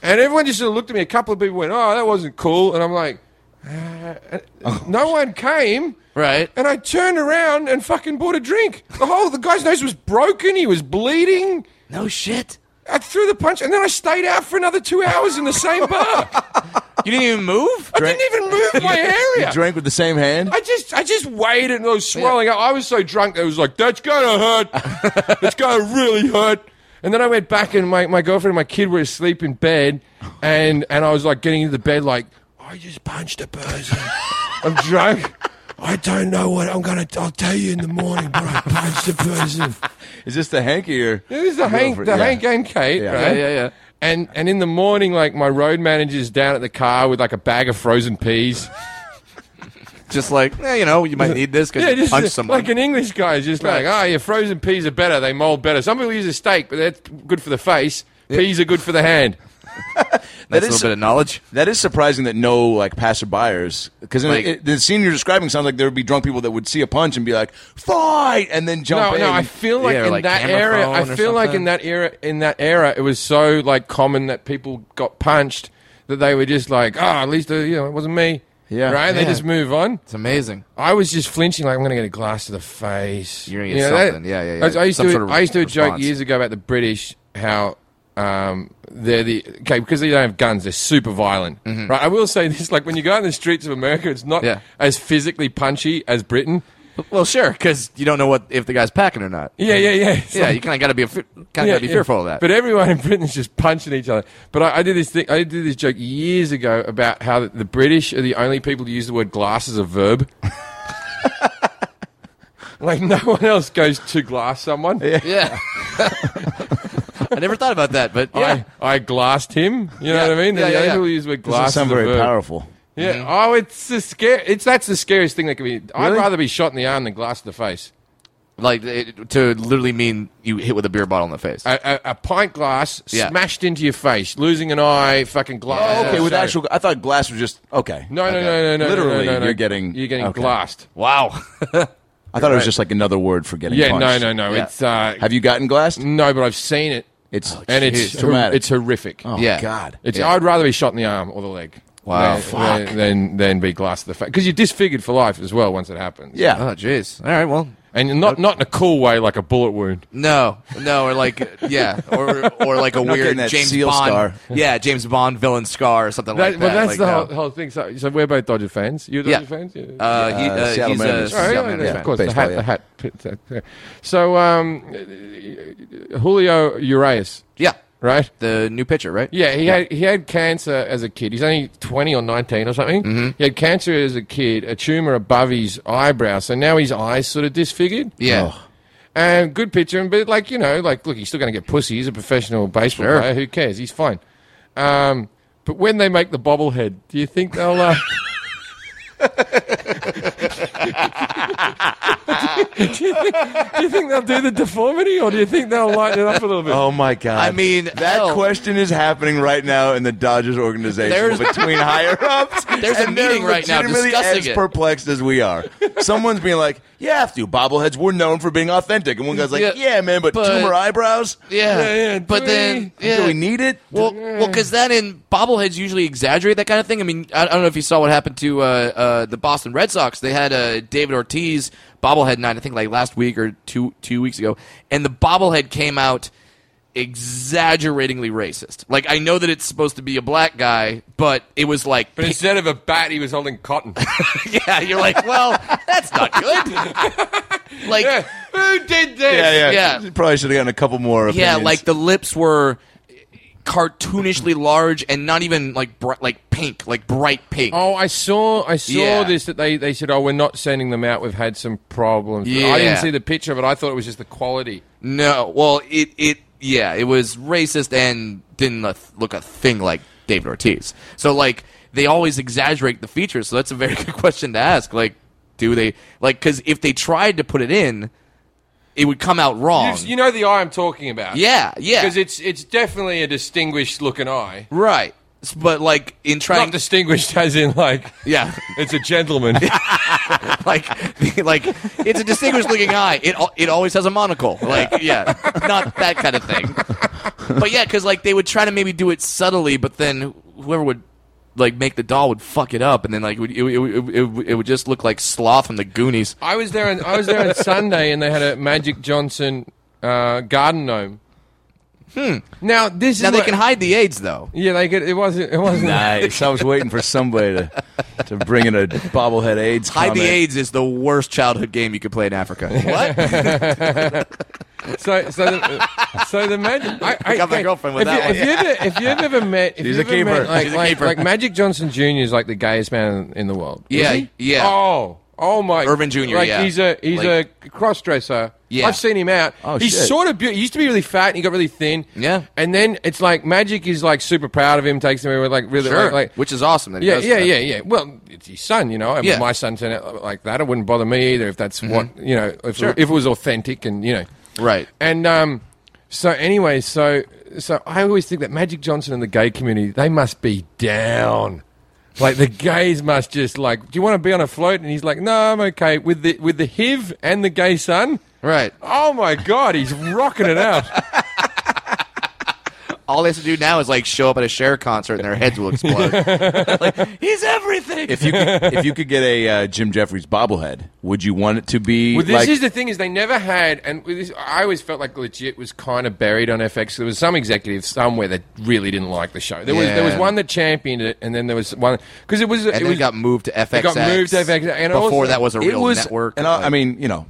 and everyone just sort of looked at me. A couple of people went, "Oh, that wasn't cool," and I'm like, uh, "No one came."
Right.
And I turned around and fucking bought a drink. The whole the guy's nose was broken. He was bleeding.
No shit.
I threw the punch, and then I stayed out for another two hours in the same bar.
You didn't even move?
I didn't even move my area.
Drank with the same hand.
I just, I just waited and it was swelling up. I was so drunk, it was like, that's gonna hurt. it's gonna really hurt. And then I went back, and my, my girlfriend and my kid were asleep in bed, and, and I was like getting into the bed, like, I just punched a person. I'm drunk. I don't know what I'm gonna. I'll tell you in the morning, but I punched a person.
Is this the hanky or?
It was the Hank, the
Yeah.
Hank and Kate,
Yeah.
right?
Yeah, yeah, yeah.
And and in the morning, like my road manager's down at the car with like a bag of frozen peas.
Just like, eh, you know, you might need this because
Yeah,
you
just
punched someone.
like an English guy is just like, oh, yeah, frozen peas are better. They mold better. Some people use a steak, but that's good for the face. Peas are good for the hand.
That's
That
a little
is-
bit of knowledge.
That is surprising that no like passerbyers because
Like-
the scene you're describing sounds like there would be drunk people that would see a punch and be like fight and then jump
No,
in.
no, I feel like
Yeah, or
in
like
that
camera
era,
phone
I
or
feel like
something.
in that era, in that era, it was so like common that people got punched that they were just like, oh, at least uh, you know it wasn't me.
Yeah.
right. They
Yeah.
just move on.
It's amazing.
I was just flinching, like I'm going to get a glass to the face.
You're gonna get
You know, that-
something. Yeah, yeah, yeah.
I was- I, used
Some
to,
sort of
I used to joke
response.
years ago about the British how um, they're the okay because they don't have guns, they're super violent. Right? I will say this: like when you go out in the streets of America, it's not
Mm-hmm. Yeah.
as physically punchy as Britain.
Well, sure, because you don't know what if the guy's packing or not.
Yeah, yeah, yeah. It's
Yeah,
like-
you kind of got to be kind of got
yeah,
to be
yeah.
fearful of that.
But everyone in Britain is just punching each other. But I, I did this thing. I did this joke years ago about how the, the British are the only people to use the word glass as a verb. like no one else goes to glass someone.
yeah, I never thought about that, but yeah,
I, I glassed him. You know
Yeah,
what I mean?
yeah,
the
yeah,
only
yeah.
people who use the word
Doesn't
glass.
sound
as a
very
verb.
powerful.
Yeah.
Mm-hmm.
Oh, it's the scare. It's that's the scariest thing that could be. I'd
Really?
rather be shot in the arm than glassed in the face.
like it, to literally mean you hit with a beer bottle in the face.
A, a, a pint glass
Yeah.
smashed into your face, losing an eye, fucking glass.
okay, with
So-
actual, I thought glass was just okay.
No, no,
Okay.
no, no, no.
Literally,
no, no, no.
you're getting
you're getting
okay.
glassed.
wow,
I thought it was just like another word for getting.
Yeah, no,
punched.
no, no.
Yeah.
It's uh,
Have you gotten glassed?
no, but I've seen it,
It's
and it's hor-
traumatic.
it's horrific.
oh
Yeah.
God.
It's
Yeah.
I'd rather be shot in the arm or the leg.
Wow.
than, than, than than be glassed in the face because you're disfigured for life as well once it happens.
yeah.
oh jeez. All right, well,
and not not in a cool way like a bullet wound.
no, no, or like yeah, or or like a
not
weird
getting that
James
Seal
Bond,
scar.
yeah, James Bond villain scar or something like
That,
that.
well, that's
like, uh,
the
no.
whole, whole thing. So, so we're both Dodger fans. You're
yeah.
Dodger fans. Yeah.
Uh, he,
Uh,
uh,
Seattle
he's a
Mariners.
All right,
Seattle
yeah,
Mariners
yeah,
fan.
of course, the
Baseball,
hat, the hat. yeah. So, um, Julio Urias,
Yeah,
right?
the new pitcher, right?
Yeah, he had he had cancer as a kid. He's only twenty or nineteen or something. He had cancer as a kid, a tumor above his eyebrow. So now his eyes sort of disfigured.
yeah.
And good pitcher, but like you know, like look, he's still going to get pussy. He's a professional baseball
Sure.
player. Who cares? He's fine. Um, but when they make the bobblehead, do you think they'll? Uh, do, you think, do you think they'll do the deformity, or do you think they'll lighten it up a little bit?
Oh my God!
I mean,
that
hell.
question is happening right now in the Dodgers organization
There's-
between higher ups.
There's a
and they're
meeting right now
legitimately
discussing
as
it.
perplexed as we are. Someone's being like, "Yeah, have to bobbleheads. We're known for being authentic," and one guy's like,
Yeah,
"Yeah, man, but,
but-
tumor eyebrows.
Yeah,
Yeah, yeah,
But
do
then, yeah.
Do we need it?"
well, well, because then in bobbleheads usually exaggerate that kind of thing. I mean, I, I don't know if you saw what happened to uh, uh, the Boston Red Sox. They had uh, David Ortiz bobblehead night, I think, like last week or two two weeks ago, and the bobblehead came out exaggeratingly racist. Like, I know that it's supposed to be a black guy, but it was like,
But instead of a bat, he was holding cotton.
yeah, you're like, well, that's not good. like,
Yeah. Who did this?
yeah.
Probably should have gotten a couple more. Opinions.
Yeah, like the lips were cartoonishly large and not even like br- like pink, like bright pink.
Oh, I saw, I saw
Yeah.
this that they, they said, oh, we're not sending them out. We've had some problems. I
Yeah.
didn't see the picture, but I thought it was just the quality.
No, well, it it yeah, it was racist and didn't a- look a thing like David Ortiz. So like they always exaggerate the features. So that's a very good question to ask. Like, do they like because if they tried to put it in, it would come out wrong.
You know the eye I'm talking about.
yeah, yeah,
Because it's it's definitely a distinguished looking eye.
right. S- But like in trying,
Not distinguished as in like
yeah,
it's a gentleman.
like the- like it's a distinguished looking eye. It al- it always has a monocle. Like yeah, not that kind of thing. But yeah, because like they would try to maybe do it subtly, but then whoever would like make the doll would fuck it up, and then like it would- it, would- it, would- it would just look like sloth from the Goonies.
I was there on I was there on Sunday and they had a Magic Johnson uh, garden gnome. Hmm. Now this is
Now they
what-
can hide the AIDS though.
Yeah, they could. It wasn't. It wasn't.
Nice. I was waiting for somebody to to bring in a bobblehead AIDS.
Hide the
comment.
AIDS is the worst childhood game you could play in Africa. What?
So, so, the, so the magic. I, I
got my
okay,
girlfriend with
if
that
you, If you've, ever, if you've ever met, if
She's
you've
a
ever
keeper.
Met, like,
She's a
like,
keeper.
like Magic Johnson Jr. is like the gayest man in, in the world.
Yeah,
Is he?
yeah.
Oh, oh my.
Urban Jr.,
Like
yeah.
he's a he's a cross dresser.
Yeah.
I've seen him out.
Oh,
he's
shit.
sort of. beau- He used to be really fat and he got really thin.
Yeah.
And then it's like Magic is like super proud of him. Takes him away with like really
sure.
like, like
Which is awesome. That he
yeah,
does
yeah,
that.
yeah, yeah. Well, it's his son, you know. I mean,
Yeah. Mm-hmm.
my son turned out like that. It wouldn't bother me either if that's what you know. If, if it was authentic and you know,
Right.
And um, so anyway, so so I always think that Magic Johnson and the gay community they must be down. Like the gays must just like, do you want to be on a float? And he's like, no, I'm okay with the with the HIV and the gay son.
Right.
Oh my god, he's rocking it out.
All they have to do now is like show up at a Cher concert and their heads will explode. like, he's everything.
If you could, if you could get a uh, Jim Jeffries bobblehead, would you want it to be
Well, this
like
is the thing is they never had, and with this, I always felt like legit was kind of buried on FX. There was some executive somewhere that really didn't like the show. There was there was
Yeah.
one that championed it, and then there was one because it was
and
it
then
was
it got moved to FX.
got moved to FXX, and
before
also-
that was a
it
real
was
network.
And I, I
like-
mean, you know,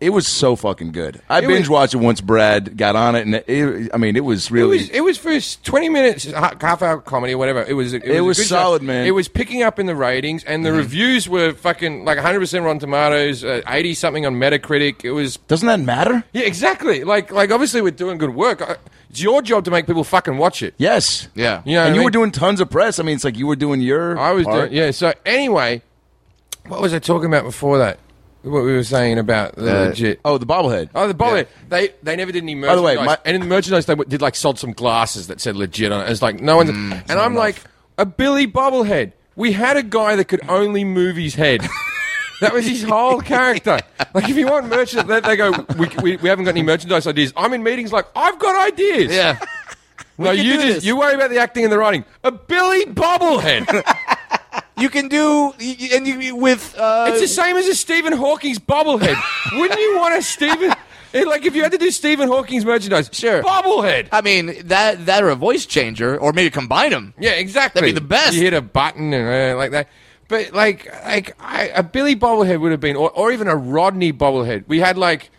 it was so fucking good. I
It was-
binge watched it once. Brad got on it, and it, I mean, it was
It
really.
was it was first twenty minutes, ha- half hour comedy or whatever. It was it,
It
a
was
good show.
solid, man. Mm-hmm.
It was picking up in the ratings, and the reviews were fucking like one hundred percent Rotten Tomatoes, eighty something on Metacritic. It was
doesn't that matter?
yeah, exactly. Like like obviously we're doing good work. I- It's your job to make people fucking watch it.
Yes.
yeah,
You know what
and
I
you were
mean?
doing tons of press. I mean, it's like you were doing your.
I was
part.
doing yeah. So anyway, what was I talking about before that? What we were saying about the
Uh,
legit.
Oh, the bobblehead.
Oh, the bobblehead. They they never did any merchandise.
the way, my-
and in the merchandise, they w- did like sold some glasses that said legit on it. It's like no one's. and I'm like a Billy bobblehead. We had a guy that could only move his head. That was his whole character. Like, if you want merchandise, they, they go, we, we, we haven't got any merchandise ideas. I'm in meetings like, I've got ideas.
yeah.
No,
can
you
do
just,
this.
you worry about the acting and the writing. A Billy bobblehead.
You can do y- y- and you with uh,
It's the same as a Stephen Hawking's bobblehead. Wouldn't you want a Stephen? it- like if you had to do Stephen Hawking's merchandise,
Sure.
bobblehead.
I mean that that or a voice changer or maybe combine them.
yeah, exactly.
That'd be the best.
You hit a button and uh, like that. But like, like I, a Billy bobblehead would have been, or, or even a Rodney bobblehead. We had like.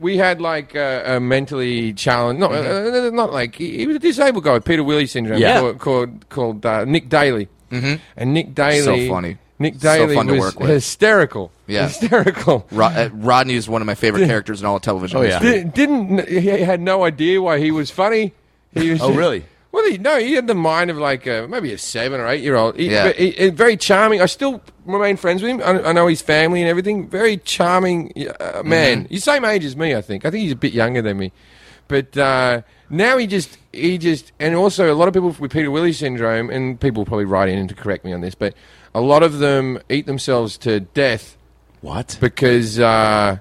We had like uh, a, a mentally challenged, not,
Mm-hmm.
uh, uh, not like he, he was a disabled guy with Peter Willie syndrome,
Yeah.
called called, called uh, Nick Daly, mm-hmm. and Nick Daly,
funny.
Nick
So
Daly
fun to
was
work with.
hysterical,
Yeah.
hysterical.
Ro- uh, Rodney is one of my favorite characters in all of television.
Oh, yeah.
history.
Did, didn't he had no idea why he was funny? He was
Oh, really?
Well, he, no, he had the mind of like uh, maybe a seven or eight year old. He,
Yeah.
but he, he- very charming. I still remain friends with him. I, I know his family and everything. Very charming uh,
Mm-hmm.
man. He's same age as me, I think. I think he's a bit younger than me, but uh, now he just he just and also a lot of people with Peter Willie syndrome and people probably write in to correct me on this, but a lot of them eat themselves to death
What?
because uh,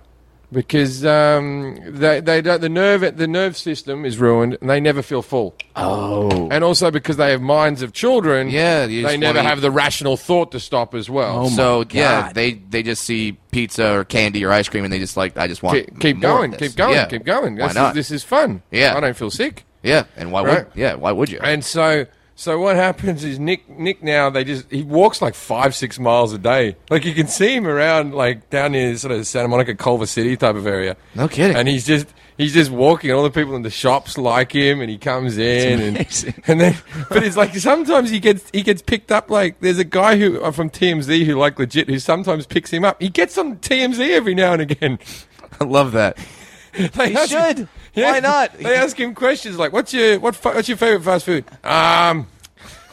because um, they, they don't, the nerve the nerve system is ruined and they never feel full.
Oh.
And also because they have minds of children,
Yeah, you
they
just
never
wanna Oh eat-
have the rational thought to stop as well.
my
So yeah,
God.
they they just see pizza or candy or ice cream and they just like I just want
keep, keep
more of
going,
this.
keep going,
Yeah.
keep going.
Why
This
not?
Is, this is fun.
Yeah.
I don't feel sick.
yeah, and why
Right.
would yeah why would you?
And so, so what happens is Nick, Nick now they just he walks like five, six miles a day. Like you can see him around, like down near sort of Santa Monica, Culver City type of area.
No kidding.
And he's just he's just walking. All the people in the shops like him, and he comes in, and,
amazing.
and then but it's like sometimes he gets he gets picked up. Like there's a guy who uh, from TMZ who like legit who sometimes picks him up. He gets on TMZ every now and again.
I love that.
They ask
should.
him-
Why not?
They ask him questions like, "What's your what? Fa- what's your favorite fast food?" Um,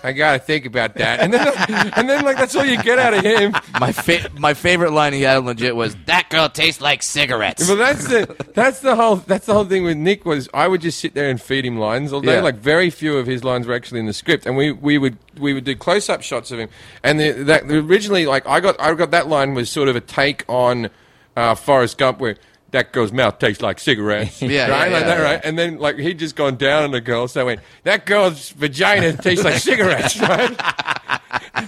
I gotta think about that. And then, and then like that's all you get out of him.
My fa- my favorite line he had legit was that girl tastes like cigarettes.
Well, that's the that's the whole that's the whole thing with Nick was I would just sit there and feed him lines all day.
Yeah.
Like very few of his lines were actually in the script, and we, we would we would do close up shots of him. And the, that the originally like I got I got that line was sort of a take on uh, Forrest Gump where. That girl's mouth tastes like cigarettes.
Yeah,
right,
yeah,
like
yeah,
that, right? And then, like, he'd just gone down on a girl, so I went, "That girl's vagina tastes like cigarettes." Right?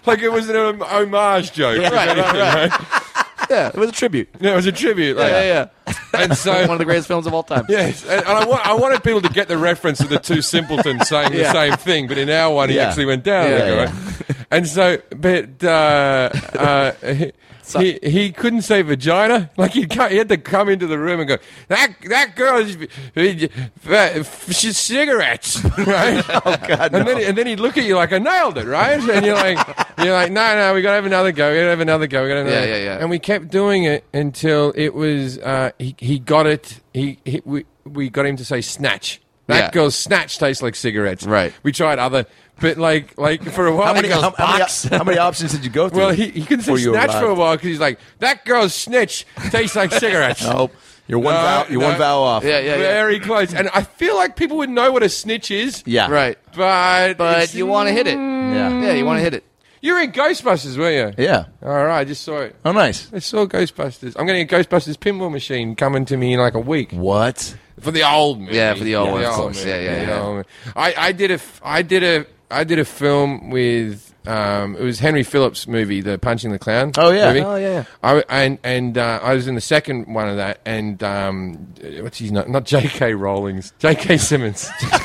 like it was an hom- homage joke.
right, right, yeah, it was a tribute.
Yeah, it was a tribute. Like,
Yeah, yeah.
And so,
One of the greatest films of all time.
Yes, and, and I, wa- I wanted people to get the reference of the two simpletons saying
Yeah.
the same thing, but in our one, he
Yeah.
actually went down.
Yeah,
like,
yeah.
right? And so, but uh, uh, he, he he couldn't say vagina. Like he he had to come into the room and go that that girl's v- v- uh, she's cigarettes, right? oh God! And then and then he'd look at you like I nailed it, right? And you're like you're like no no we gotta have another go, we gotta have another go, we gotta have
Yeah,
another go."
yeah, yeah.
And we kept doing it until it was uh, he, he got it he, he we, we got him to say snatch that
Yeah.
girl's snatch tastes like cigarettes
Right.
we tried other but like like for a while
How many,
he goes,
how, how many, how many options did you go through?
well he, he couldn't say
before you
snatch for a
arrived?
while because he's like that girl's snitch tastes like cigarettes
No, you're one
No,
vowel. You're one
Uh, no.
vowel off.
Yeah, yeah, yeah.
very close and I feel like people would know what a snitch is
yeah.
Right.
but
But
it's-
you want to hit it.
Yeah.
Yeah, you want to hit it.
you were in Ghostbusters were you
Yeah.
all right I just saw it
Oh, nice.
I saw Ghostbusters I'm getting a Ghostbusters pinball machine coming to me in like a week
What?
for the old movie.
Yeah, for the old one, of course.
movie,
Yeah, yeah,
the
yeah.
old movie. I, I did a, f- I did a, I did a film with, um, it was Henry Phillips' movie, the Punching the Clown.
Oh, yeah.
movie.
Oh, yeah.
I, and and uh, I was in the second one of that, and um, what's his name? Not J.K. Rowling's, J.K. Simmons.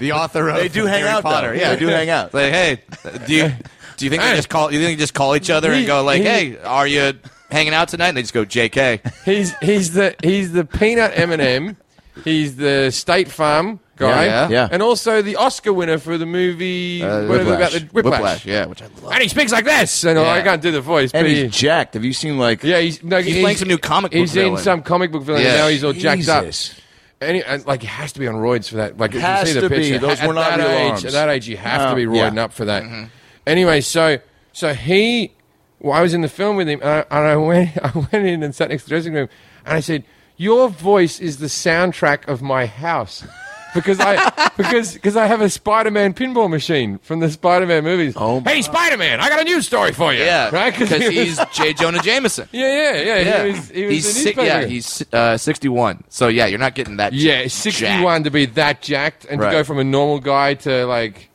The author of
They do hang
Harry
out.
Potter.
Though.
Yeah,
They do hang out.
It's like, hey, do you do you think they
Hey.
just call? You think they just call each other and
He-
go like,
he-
hey, are you hanging out tonight? And they just go, J.K.
he's he's the he's the peanut M&M. He's the State Farm
Yeah,
guy,
yeah.
Yeah.
and also the Oscar winner for the movie whatever about the
Whiplash, Yeah, which I love.
And he speaks like this, and I can't do the voice.
And
but
he's
he-
jacked. Have you seen like?
Yeah, he's, no,
He's playing some new comic book
He's in
villain.
some comic book villain.
Yeah.
And now he's all jacked up.
Jesus.
And, he, and like he has to be on roids for that. Like if
Has
you see the
to be.
picture,
Those
at
were not
that
real
age.
arms.
At that age, you have
Oh,
No.
to be roiding
Yeah.
up for that.
Mm-hmm.
Anyway, so so he, well, I was in the film with him, and I, and I went I went in and sat next to the dressing room, and I said, "Your voice is the soundtrack of my house." Because I because because I have a Spider-Man pinball machine from the Spider-Man movies.
Oh, my-
hey, Spider-Man! I got a news story for you.
Yeah,
right.
because
he was-
he's J. Jonah Jameson.
yeah, yeah, yeah.
Yeah,
He was, he was
he's
the
si-
newspaper
yeah
guy.
he's uh, sixty-one. So yeah, you're not getting that.
yeah,
jacked-
sixty-one to be that jacked and
Right.
to go from a normal guy to like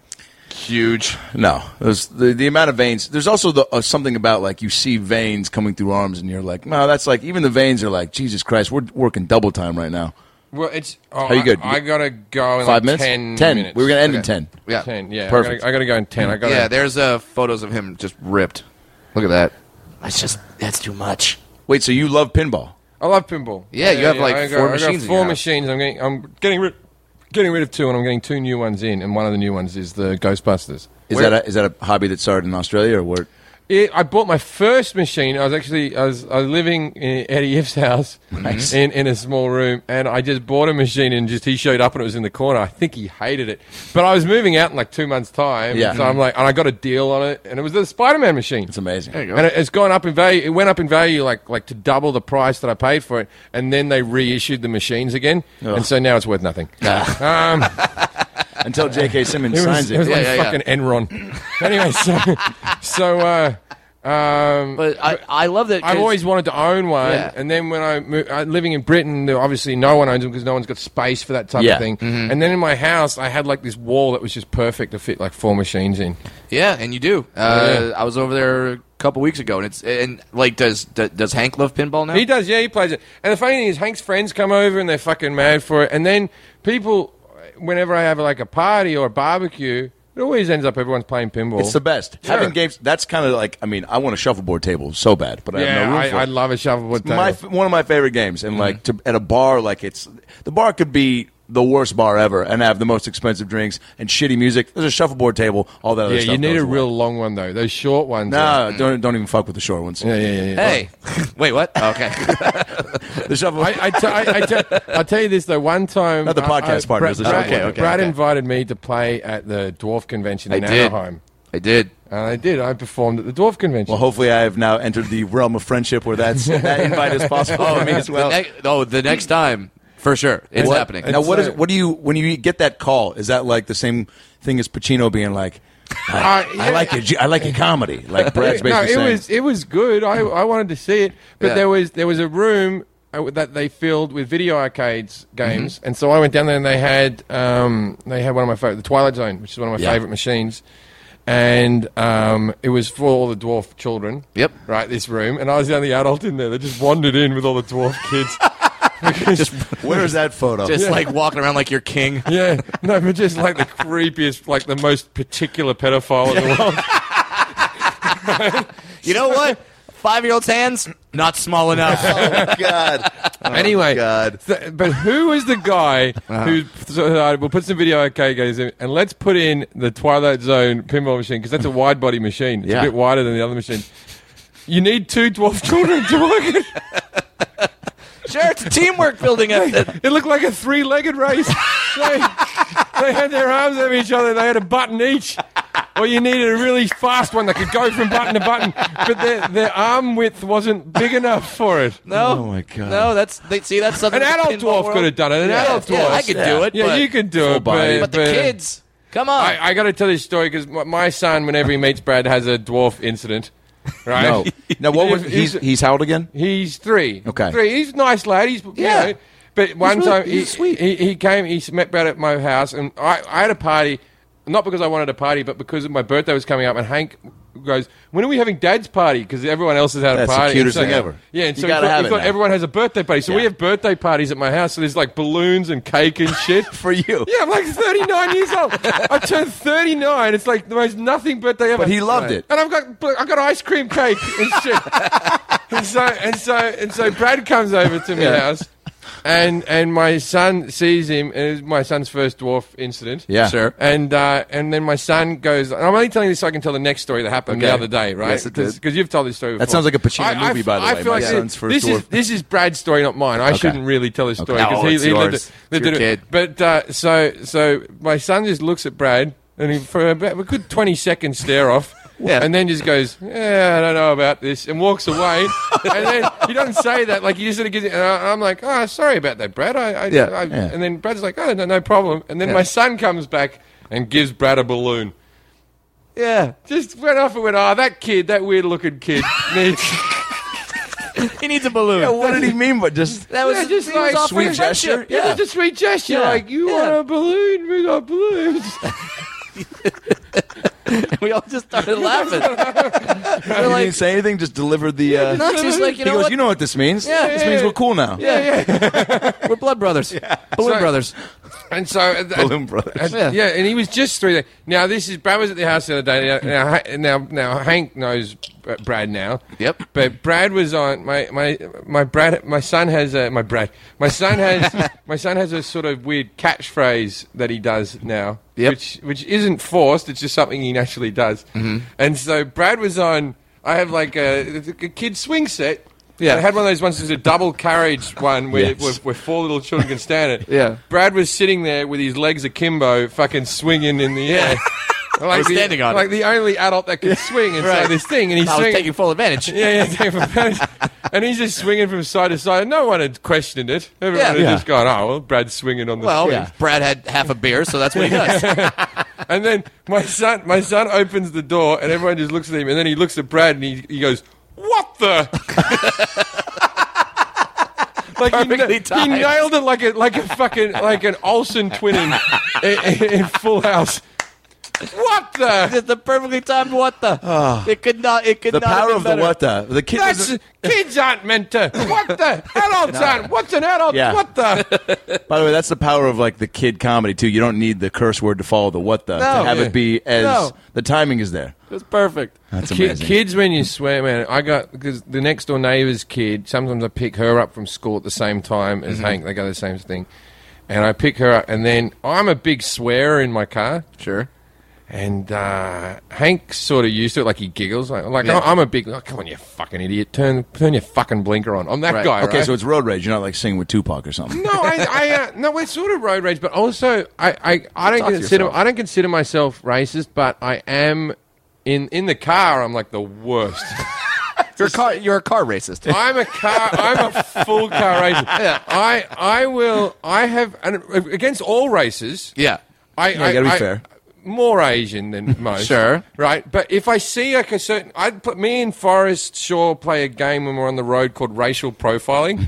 huge.
No, there's the, the amount of veins. There's also the, uh, something about like you see veins coming through arms, and you're like, no, that's like even the veins are like, Jesus Christ, we're working double time right now.
well, it's oh,
How you good?
I, I gotta go in
Five
like
minutes,
ten, minutes.
We were gonna end in
Okay.
ten.
Yeah,
ten. Yeah,
Perfect.
I gotta, I gotta go in ten. I gotta.
yeah. There's uh, photos of him just ripped. Look at that.
That's just, that's too much.
Wait, so you love pinball?
I love pinball.
Yeah, you have, like,
I
four
I
machines in
four
your house.
machines. I'm getting, I'm getting rid, getting rid of two, and I'm getting two new ones in, and one of the new ones is the Ghostbusters.
Is
Where-
that a, is that a hobby that started in Australia or where?
It, I bought my first machine. I was actually I was, I was living in Eddie If's house
Nice.
in, in a small room, and I just bought a machine and just he showed up and it was in the corner. I think he hated it, but I was moving out in like two months' time,
Yeah.
so I'm like, and I got a deal on it, and it was the Spider-Man machine.
It's amazing.
There you go.
And it, it's gone up in value. It went up in value like like to double the price that I paid for it, and then they reissued the machines again,
Ugh.
and so now it's worth nothing. Um,
Until J.K. Simmons
it
signs
was,
it.
it was like
Yeah, yeah, yeah.
fucking Enron. anyway, so so. Uh, um,
But I, I love that.
I've
'cause-
always wanted to own one,
Yeah.
and then when I moved, uh, living in Britain, there- obviously no one owns them because no one's got space for that type
Yeah. Mm-hmm.
of thing. And then in my house, I had like this wall that was just perfect to fit like four machines in.
Yeah, and you do. Uh,
Oh, Yeah.
I was over there a couple weeks ago, and it's and like does does, does Hank love pinball now?
He does, yeah, he plays it. And the funny thing is, Hank's friends come over and they're fucking mad for it. And then people, whenever I have like a party or a barbecue, it always ends up everyone's playing pinball.
It's the best.
Sure.
Having games. That's kind of like. I mean, I want a shuffleboard table so bad, but I have
yeah,
no room
I,
for
I
it.
love a shuffleboard table.
my f- one of my favorite games, and like to, at a bar, like it's the bar could be the worst bar ever and have the most expensive drinks and shitty music. There's a shuffleboard table, all that other
Yeah,
stuff.
you need
goes
a
away.
real long one though. Those short ones. are-
No, don't don't even fuck with the short ones.
yeah, yeah, yeah. yeah.
Hey, wait, what?
Oh,
Okay.
The shuffle.
I, I, t- I, I, t- I tell you this though. One time,
Not the podcast part,
Brad,
Mr.
Brad-
Okay, okay,
Brad
okay.
invited me to play at the Dwarf Convention
I
in
did.
Anaheim,
I did.
and I did. I performed at the Dwarf Convention.
well, hopefully, I have now entered the realm of friendship where that's that invite is possible for me as well.
The ne- oh, the next time, for sure, it's
What-
happening.
Now, what is
It's, uh,
what do you when you get that call? Is that like the same thing as Pacino being like, I,
Uh,
I like your ju- I like your comedy, like Brad's
no,
basically
it
saying.
was it was good. I, I wanted to see it, but
Yeah.
there was there was a room uh, that they filled with video arcades games,
Mm-hmm.
and so I went down there and they had um, they had one of my favorite, the Twilight Zone, which is one of my
Yeah.
favorite machines, and um, it was for all the dwarf children.
Yep.
right, this room, and I was the only adult in there that just wandered in with all the dwarf kids.
Where is that photo?
Just like walking around like you're king.
Yeah, no, but just like the creepiest, like the most particular pedophile in the world.
You know what? Five year old's hands not small enough.
oh God. Oh
anyway,
God.
th- but who is the guy
Uh-huh.
who decided we'll put some video arcade games in and let's put in the Twilight Zone pinball machine because that's a wide body machine. It's
Yeah.
a bit wider than the other machine. You need two dwarf children to work it.
sure, it's a teamwork building. effort.
It looked like a three legged race. they, they had their arms over each other. They had a button each. Or you needed a really fast one that could go from button to button, but their, their arm width wasn't big enough for it.
No,
Oh, my God.
No, that's they see that's something
An
that the
adult
pinball
dwarf
world-
could have done it. An
Yeah,
adult dwarf.
yeah, I could do it.
Yeah,
but,
you could do it,
body.
but, uh,
But the kids, come on.
I, I got to tell you a story because my, my son, whenever he meets Brad, has a dwarf incident. Right?
No. Now, what was
If-
he's
if-
he's how old again?
He's three.
Okay.
Three. He's a nice lad. He's
Yeah.
yeah. You know, but one
really-
time
he's
he,
sweet.
He, he came. He met Brad at my house, and I, I had a party, not because I wanted a party, but because my birthday was coming up, and Hank. Goes. When are we having Dad's party? Because everyone else has had
That's
a
the
party.
cutest
And
thing ever.
Yeah, and
You
so
gotta
we thought,
have
we
it
thought
now.
everyone has a birthday party. So
Yeah.
we have birthday parties at my house. So there's like balloons and cake and shit.
For you.
Yeah, I'm like 39 years old. I turned 39. It's like the most nothing birthday ever.
But he loved it.
And I've got but I've got ice cream cake and shit. and so and so and so Brad comes over to my
Yeah.
house, and and my son sees him. And it was my son's first dwarf incident.
Yeah.
Sure.
And uh, and then my son goes. And I'm only telling this so I can tell the next story that happened
Okay.
the other day, right?
Yes, it did.
Because you've told this story. Before.
sounds like a Pacino movie,
f-
by the way,
feel
my
like
son's first
this
dwarf.
Is, this is Brad's story, not mine. I shouldn't really tell his story
No,
because
it's
he, he lived
yours.
it. lived
It's your
it-
kid.
But uh, so so my son just looks at Brad and he, for about a good twenty second stare off.
Yeah.
And then just goes, yeah, I don't know about this, and walks away. and then he doesn't say that, like he just sort of gives it. And I, I'm like, oh, sorry about that, Brad. I, I,
Yeah,
I,
yeah.
And then Brad's like, oh, no, no problem. And then
Yeah.
my son comes back and gives Brad a balloon.
yeah,
Just went off and went, oh, that kid, that weird looking kid needs.
he needs a balloon.
What did he mean? But just
that was
Yeah, just
he was
like-
offering
Sweet gesture.
friendship.
Yeah, just a sweet gesture.
Yeah.
Like, you
Yeah.
want a balloon? We got balloons.
we all just started laughing. We're
he
like,
didn't say anything. Just delivered the. Uh,
no, it's just like you
he
know
goes,
what?
you know what this means?
Yeah.
this means we're cool now.
yeah, we're blood brothers, balloon
So-
brothers.
and so, and-
Balloon Brothers.
Yeah.
and- yeah, and he was just through there. Now, this is Brad was at the house the other day. Now, now, now, now Hank knows Br- Brad now.
Yep.
But Brad was on my my my Brad my son has a my Brad my son has my son has a sort of weird catchphrase that he does now,
Yep.
which which isn't forced. It's just something he naturally does.
Mm-hmm.
And so Brad was on. I have like a, a kid swing set.
Yeah.
I had one of those ones. that was a double carriage one where,
Yes.
where, where four little children can stand it.
Yeah.
Brad was sitting there with his legs akimbo, fucking swinging in the air. Like
was
the,
standing on it.
like the only adult that could swing inside
Right.
this thing, and he's
I was
swinging.
taking full advantage.
Yeah, yeah, taking for advantage. and he's just swinging from side to side. No one had questioned it. Everyone
Yeah.
had
Yeah.
just gone, oh, well, Brad's swinging on the
Well,
swing.
Brad had half a beer, so that's what he does.
And then my son, my son opens the door, and everyone just looks at him. And then he looks at Brad, and he, he goes, "What the?" like he,
Perfectly
he
timed.
nailed it like a like a fucking like an Olsen twinning in, in, in Full House. What the?
Just the perfectly timed what the? it could not. It could
The
not.
power
have
of the
been
what the the kid.
That's
doesn't-
kids aren't meant to. What the adults aren't? What's an adult?
Yeah.
What the?
By the way, that's the power of like the kid comedy too. You don't need the curse word to follow the what the to
No.
have
Yeah.
it be as
No.
the timing is there.
It was perfect.
That's
Ki-
amazing.
kids, when you swear, man, I got because the next
Mm-hmm.
door neighbor's kid. Sometimes I pick her up from school at the same time as Hank. They go to the same thing, and I pick her up, and then I'm a big swearer in my car,
Sure.
and uh, Hank's sort of used to it. Like he giggles, like, like I'm a big, oh, come on, you fucking idiot, turn turn your fucking blinker on. I'm that
Right.
guy.
Okay,
right?
so it's road rage. You're not like singing with Tupac or something.
No, I, I uh, no, it's sort of road rage, but also I, I, I don't
Talk to
consider
yourself.
I don't consider myself racist, but I am in in the car. I'm like the worst.
You're a car, you're a car racist.
I'm a car. I'm a full car racist. I I will. I have and against all races.
yeah.
I,
Yeah, you gotta be fair.
More Asian than most,
Sure.
right? But if I see like a certain, I'd put me and Forrest Shaw play a game when we're on the road called racial profiling,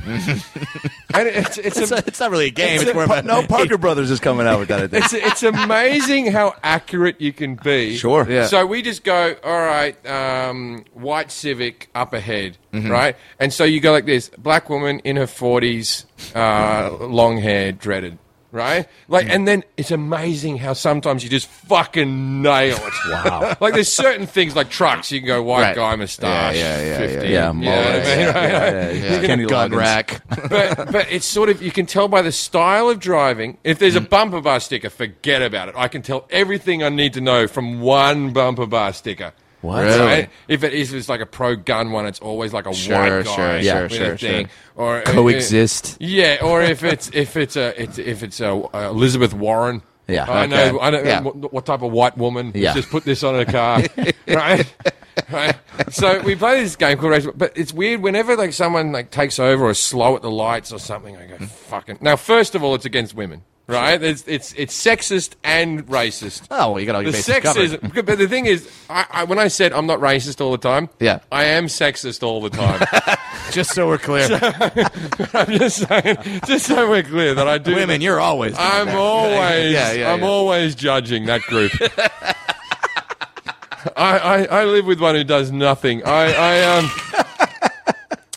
and it's it's,
It's,
a,
a- it's not really a game. It's, more
Pa-
about
no, Parker Brothers is coming out with that. I think.
it's it's amazing how accurate you can be.
Sure. Yeah.
So we just go, all right, um, white civic up ahead, right? And so you go like this: black woman in her forties, uh, long hair, dreaded. Right, like, and then it's amazing how sometimes you just fucking nail it. Wow! like, there's certain things like trucks. You can go white
Right.
guy mustache,
Yeah, yeah, yeah, yeah.
50,
Yeah,
you know
mullet,
what I mean,
yeah,
right?
yeah,
Kenny
gun
Loggins.
rack.
but but it's sort of you can tell by the style of driving. If there's
Mm.
a bumper bar sticker, forget about it. I can tell everything I need to know from one bumper bar sticker.
What?
Really?
Right? If it is, if it's like a pro gun one. It's always like a
Sure,
white guy
sure, yeah,
with
sure,
a thing. Or uh,
Coexist.
yeah, or if it's if it's a it's, if it's a uh, Elizabeth Warren.
Yeah,
I
okay.
know. I know
Yeah.
what, what type of white woman.
Yeah.
just put this on her car, right? Right. So we play this game called Race, but it's weird. Whenever like someone like takes over or is slow at the lights or something, I go fucking. Now, first of all, it's against women, right? It's it's it's sexist and racist.
Oh, well, you got all your
The
bases covered.
sexism, but the thing is, I, I, when I said I'm not racist all the time,
Yeah.
I am sexist all the time.
Just so we're clear,
I'm just saying, just so we're clear that I do.
women, you're always. doing
I'm
that.
always,
Yeah, yeah,
I'm
yeah.
always judging that group. I, I, I live with one who does nothing. I, I um,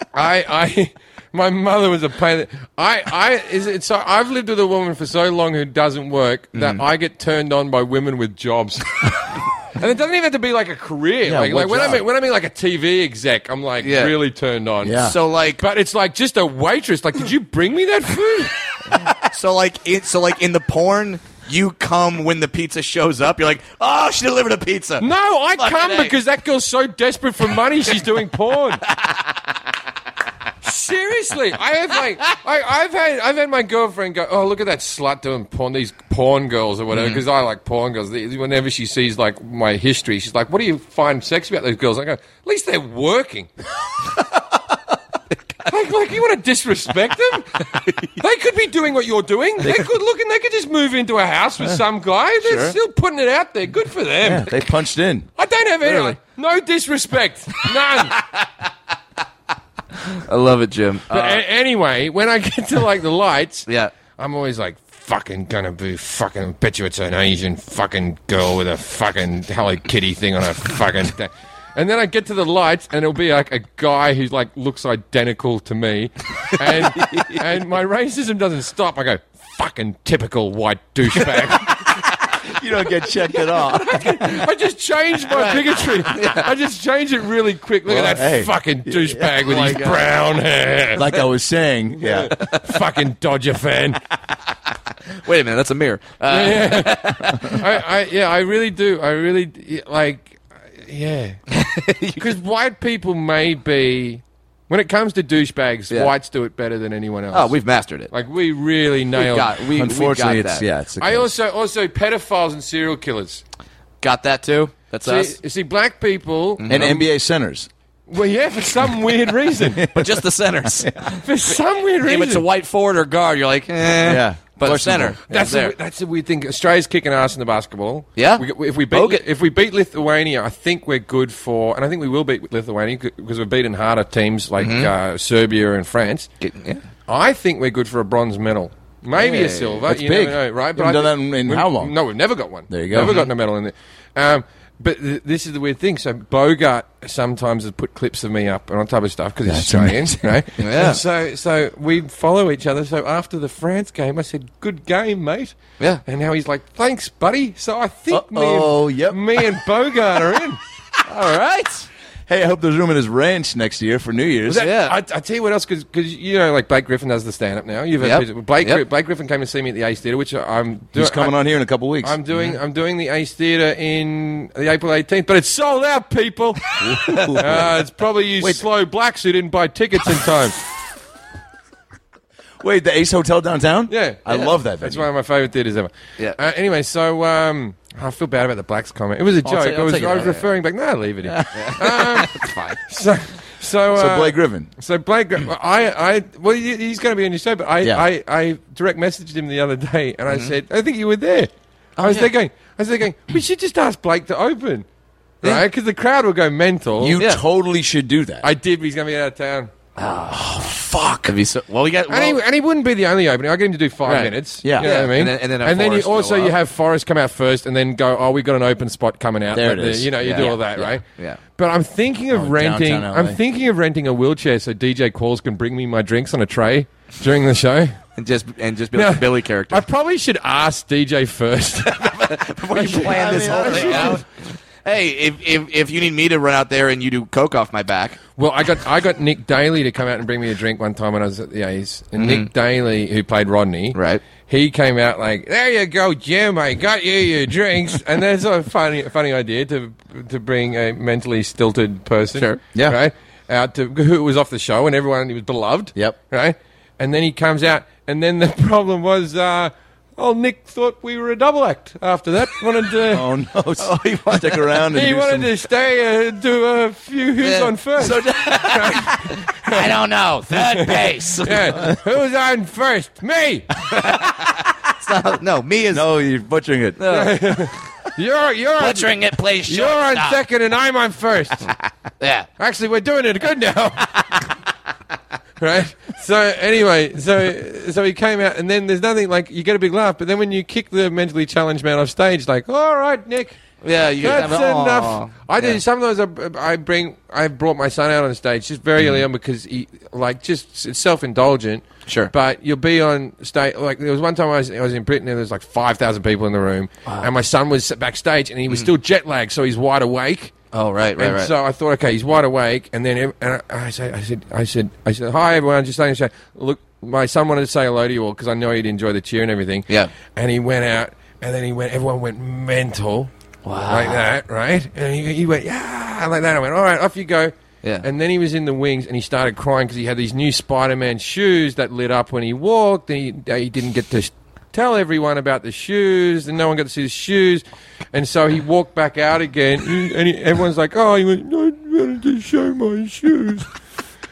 I, I, my mother was a pain. I, I is it so? I've lived with a woman for so long who doesn't work
Mm.
that I get turned on by women with jobs. And it doesn't even have to be like a career. like
what
like when I
job?
mean when I mean like a TV exec, I'm like
Yeah.
really turned on.
Yeah.
So like,
But it's like just a waitress. Like, did you bring me that food?
so like, it, so like in the porn, you come when the pizza shows up. You're like, oh, she delivered a pizza.
No, I
Fucking
come
A.
because that girl's so desperate for money, she's doing porn. Seriously, I have like I, I've had I've had my girlfriend go, oh look at that slut doing porn, these porn girls or whatever, because I like porn girls. The- Whenever she sees like my history, she's like, what do you find sexy about those girls? I go, at least they're working. Like, like you want to disrespect them? they could be doing what you're doing. They're good looking. They could just move into a house with some guy. They're still putting it out there. Good for them.
Yeah, they punched in.
I don't have any. No disrespect. None.
I love it, Jim.
but a- anyway, when I get to like the lights,
uh, Yeah.
I'm always like fucking gonna be fucking. Bet you it's an Asian fucking girl with a fucking Hello Kitty thing on her fucking. thing. And then I get to the lights, and it'll be like a guy who's like looks identical to me, and and my racism doesn't stop. I go fucking typical white douchebag.
You don't get checked at all.
I just changed my bigotry. I just changed it really quick. Look
Well,
at that
hey.
fucking douchebag with his
Oh God.
brown hair.
Like I was saying, yeah.
fucking Dodger fan.
Wait a minute, that's a mirror. Uh,
yeah. I, I, yeah, I really do. I really, d- like, yeah. Because white people may be, when it comes to douchebags,
Yeah.
whites do it better than anyone else.
oh, we've mastered it.
Like, we really
we
nailed
got,
it.
we,
Unfortunately,
we got
it's
that.
yeah, it's. a
I
case.
also, also pedophiles and serial killers.
Got that too. That's
See,
us.
see, black people.
Mm-hmm.
and NBA centers.
Well, yeah, for some weird reason.
But just the centers.
For some weird reason.
If it's a white forward or guard, you're like, eh.
Yeah.
But
Questionable.
center.
That's
yeah,
a, we- that's a weird thing. Australia's kicking ass in the basketball.
Yeah.
We, if we beat
Bogut.
if we beat Lithuania, I think we're good for, and I think we will beat Lithuania because we're beating harder teams like uh, Serbia and France.
yeah.
I think we're good for a bronze medal, maybe
Hey,
a silver.
that's
you never
big.
know, right?
You haven't
I
done
think
that in- in
we've-
how long?
No, we've never got one.
There you go.
Never
Mhm.
gotten a medal in there. Um, but th- this is the weird thing. So Bogart sometimes has put clips of me up and all type of stuff because he's Australian, right?
Yeah.
And so so we follow each other. So after the France game, I said, "Good game, mate."
Yeah.
And now he's like, "Thanks, buddy." So I think me
Uh-oh,
and
yep.
me and Bogart are in.
All right.
Hey, I hope there's room in his ranch next year for New Year's.
Was that-
Yeah.
I, I tell you what else, because you know, like Blake Griffin does the stand up now. You've had
Yep.
people- Blake,
Yep.
Gri- Blake Griffin came and see me at the Ace Theatre, which I- I'm doing.
He's coming on here in a couple weeks.
I'm doing. I'm doing the Ace Theatre in the April 18th, but it's sold out, people. uh, it's probably you slow blacks who didn't buy tickets in time.
Wait, the Ace Hotel downtown?
Yeah,
I
Yeah.
love that
That's
venue.
one of my favorite theaters ever.
Yeah.
Uh, anyway, so um, I feel bad about the blacks comment. It was a joke.
take-
I
I'll
was,
take it
I was
out, yeah.
referring back. No, leave it in. Um,
Fine.
so, so,
so
uh,
Blake Griffin.
So Blake, uh, I, I, well, he- he's going to be on your show, but I,
Yeah. Mm-hmm.
I, I direct messaged him the other day, and I said, I think you were there.
Oh,
I was there going, I was there going, we should just ask Blake to open, right? Because the crowd will go mental.
You
Yeah.
totally should do that.
I did, but he's going to be out of town,
Fuck. It'd be so- well, we got. Well,
and, he, and he wouldn't be the only opening. I get him to do five
Right.
minutes.
Yeah.
you know
Yeah.
what I
And
mean.
then- and then a
you
Forrest go
also you
up.
have Forrest come out first, and then go, oh, we got an open spot coming out.
There
But
it
the-
is.
You know, you
Yeah.
do all that,
Yeah.
right?
Yeah.
But I'm thinking of
Oh,
renting.
downtown LA.
I'm thinking of renting a wheelchair so DJ Qualls can bring me my drinks on a tray during the show.
and just and just be like
No.
a Billy character.
I probably should ask DJ first.
Before you plan
this whole thing
out. Hey, if, if if you need me to run out there and you do coke off my back,
well, I got I got Nick Daly to come out and bring me a drink one time when I was at the A's,
Mm-hmm.
and Nick Daly, who played Rodney,
Right.
He came out like, "There you go, Jim. I got you your drinks." and that's a funny funny idea to to bring a mentally stilted person,
Sure.
Yeah.
right, out to who was off the show and everyone he was beloved,
Yep.
right. And then he comes out, and then the problem was. Uh, Oh, Nick thought we were a double act. After that, wanted to
oh no! Stick around. And
He
do
wanted
some-
to stay uh, do a few who's
Yeah.
on first.
I don't know. Third base.
Yeah. who's on first? Me.
no, me is
No, you're butchering it.
You're you're on,
Butchering it plays
you're on second and I'm on first.
Yeah.
Actually, we're doing it good now. right. So anyway, so so he came out, and then there's nothing like you get a big laugh, but then when you kick the mentally challenged man off stage, like, all right, Nick.
Yeah, you
That's
have an-
enough.
Aw.
I do. Sometimes I, I bring, I brought my son out on stage just
Mm.
very early on because he, like, just it's self-indulgent.
Sure.
But you'll be on stage. Like there was one time I was, I was in Britain and there was like five thousand people in the room, and my son was backstage and he was still jet lagged, so he's wide awake.
Oh Mm. right, right,
And
right.
so I thought, okay, he's wide awake. And then ev- and I, I, said, I said, I said, I said, hi everyone. Just saying, look, my son wanted to say hello to you all because I know he'd enjoy the cheer and everything.
Yeah.
And he went out, and then he went. Everyone went mental.
Wow.
Like that, right? And he, he went, yeah, like that. I went, all right, off you go.
Yeah.
And then he was in the wings, and he started crying because he had these new Spider-Man shoes that lit up when he walked. And he, he didn't get to tell everyone about the shoes, and no one got to see the shoes. And so he walked back out again, and he, everyone's like, "Oh, he went, I wanted to show my shoes."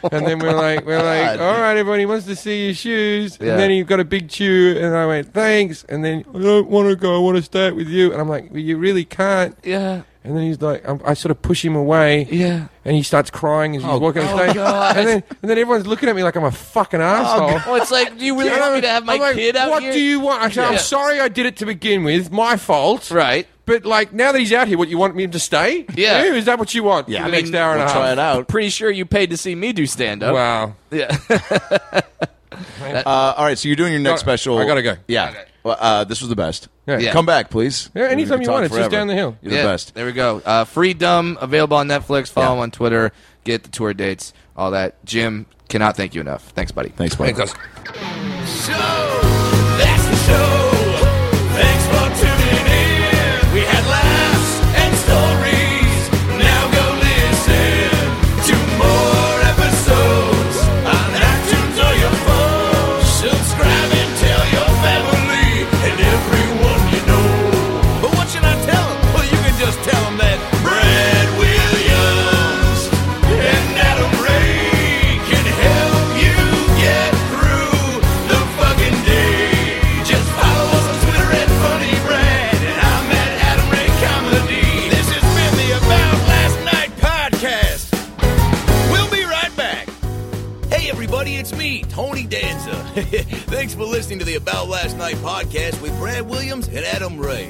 Oh
And then we're like, we're like, all right, everyone, he wants to see your shoes.
Yeah.
And then he got a big chew, and I went, thanks. And then I don't want to go. I want to stay out with you. And I'm like, well, you really can't.
yeah,
And then he's like, i I sort of push him away.
yeah.
And he starts crying
Oh,
as he's walking on stage. And then, and then everyone's looking at me like I'm a fucking asshole.
Oh, it's like, do you really
And
want
I'm-
me to have my
I'm like,
kid out
what
here?
do you want? I said, I'm
Yeah.
sorry I did it to begin with. My fault.
Right.
But like now that he's out here, what you want me to stay?
Yeah.
You? Is that what you want?
Yeah,
For the
I mean,
next hour and
we'll
a
try
half.
it out.
Pretty sure you paid to see me do stand up.
Wow.
Yeah.
Uh, all right, so you're doing your next
Got-
special.
I gotta go.
Yeah. Well, uh, this was the best.
Yeah. Yeah.
Come back, please.
Yeah, anytime
We can
you
talk
want. It's just
forever.
down the hill.
You're
Yeah,
the best.
There we go. Uh, Freedom available on Netflix. Follow
Yeah.
him on Twitter. Get the tour dates. All that. Jim cannot thank you enough. Thanks, buddy.
Thanks, buddy.
So that's the show. Thanks for tuning in. We had laughs and stories. Now go listen to more episodes on iTunes or your phone. Subscribe and tell your family and everyone you know. But what should I tell 'em? Well, you can just tell 'em that Brad Williams and Adam Ray can help you get through the fucking day. Just follow us on Twitter at Funny Brad, and I'm at Adam Ray Comedy. This has been the About Last Night podcast. We'll be right back. Hey, everybody, it's me, Tony Danza. Thanks for listening to the About Last Night podcast with Brad Williams and Adam Ray.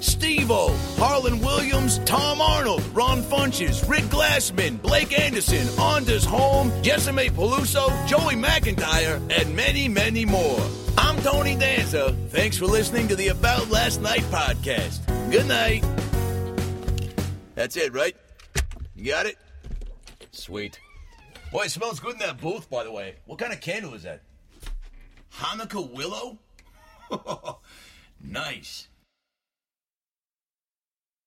Steve O, Harlan Williams, Tom Arnold, Ron Funches, Rick Glassman, Blake Anderson, Anders Holm, Jessime Peluso, Joey McIntyre, and many, many more. I'm Tony Danza. Thanks for listening to the About Last Night podcast. Good night. That's it, right? You got it? Sweet. Boy, it smells good in that booth, by the way. What kind of candle is that? Hanukkah willow? nice.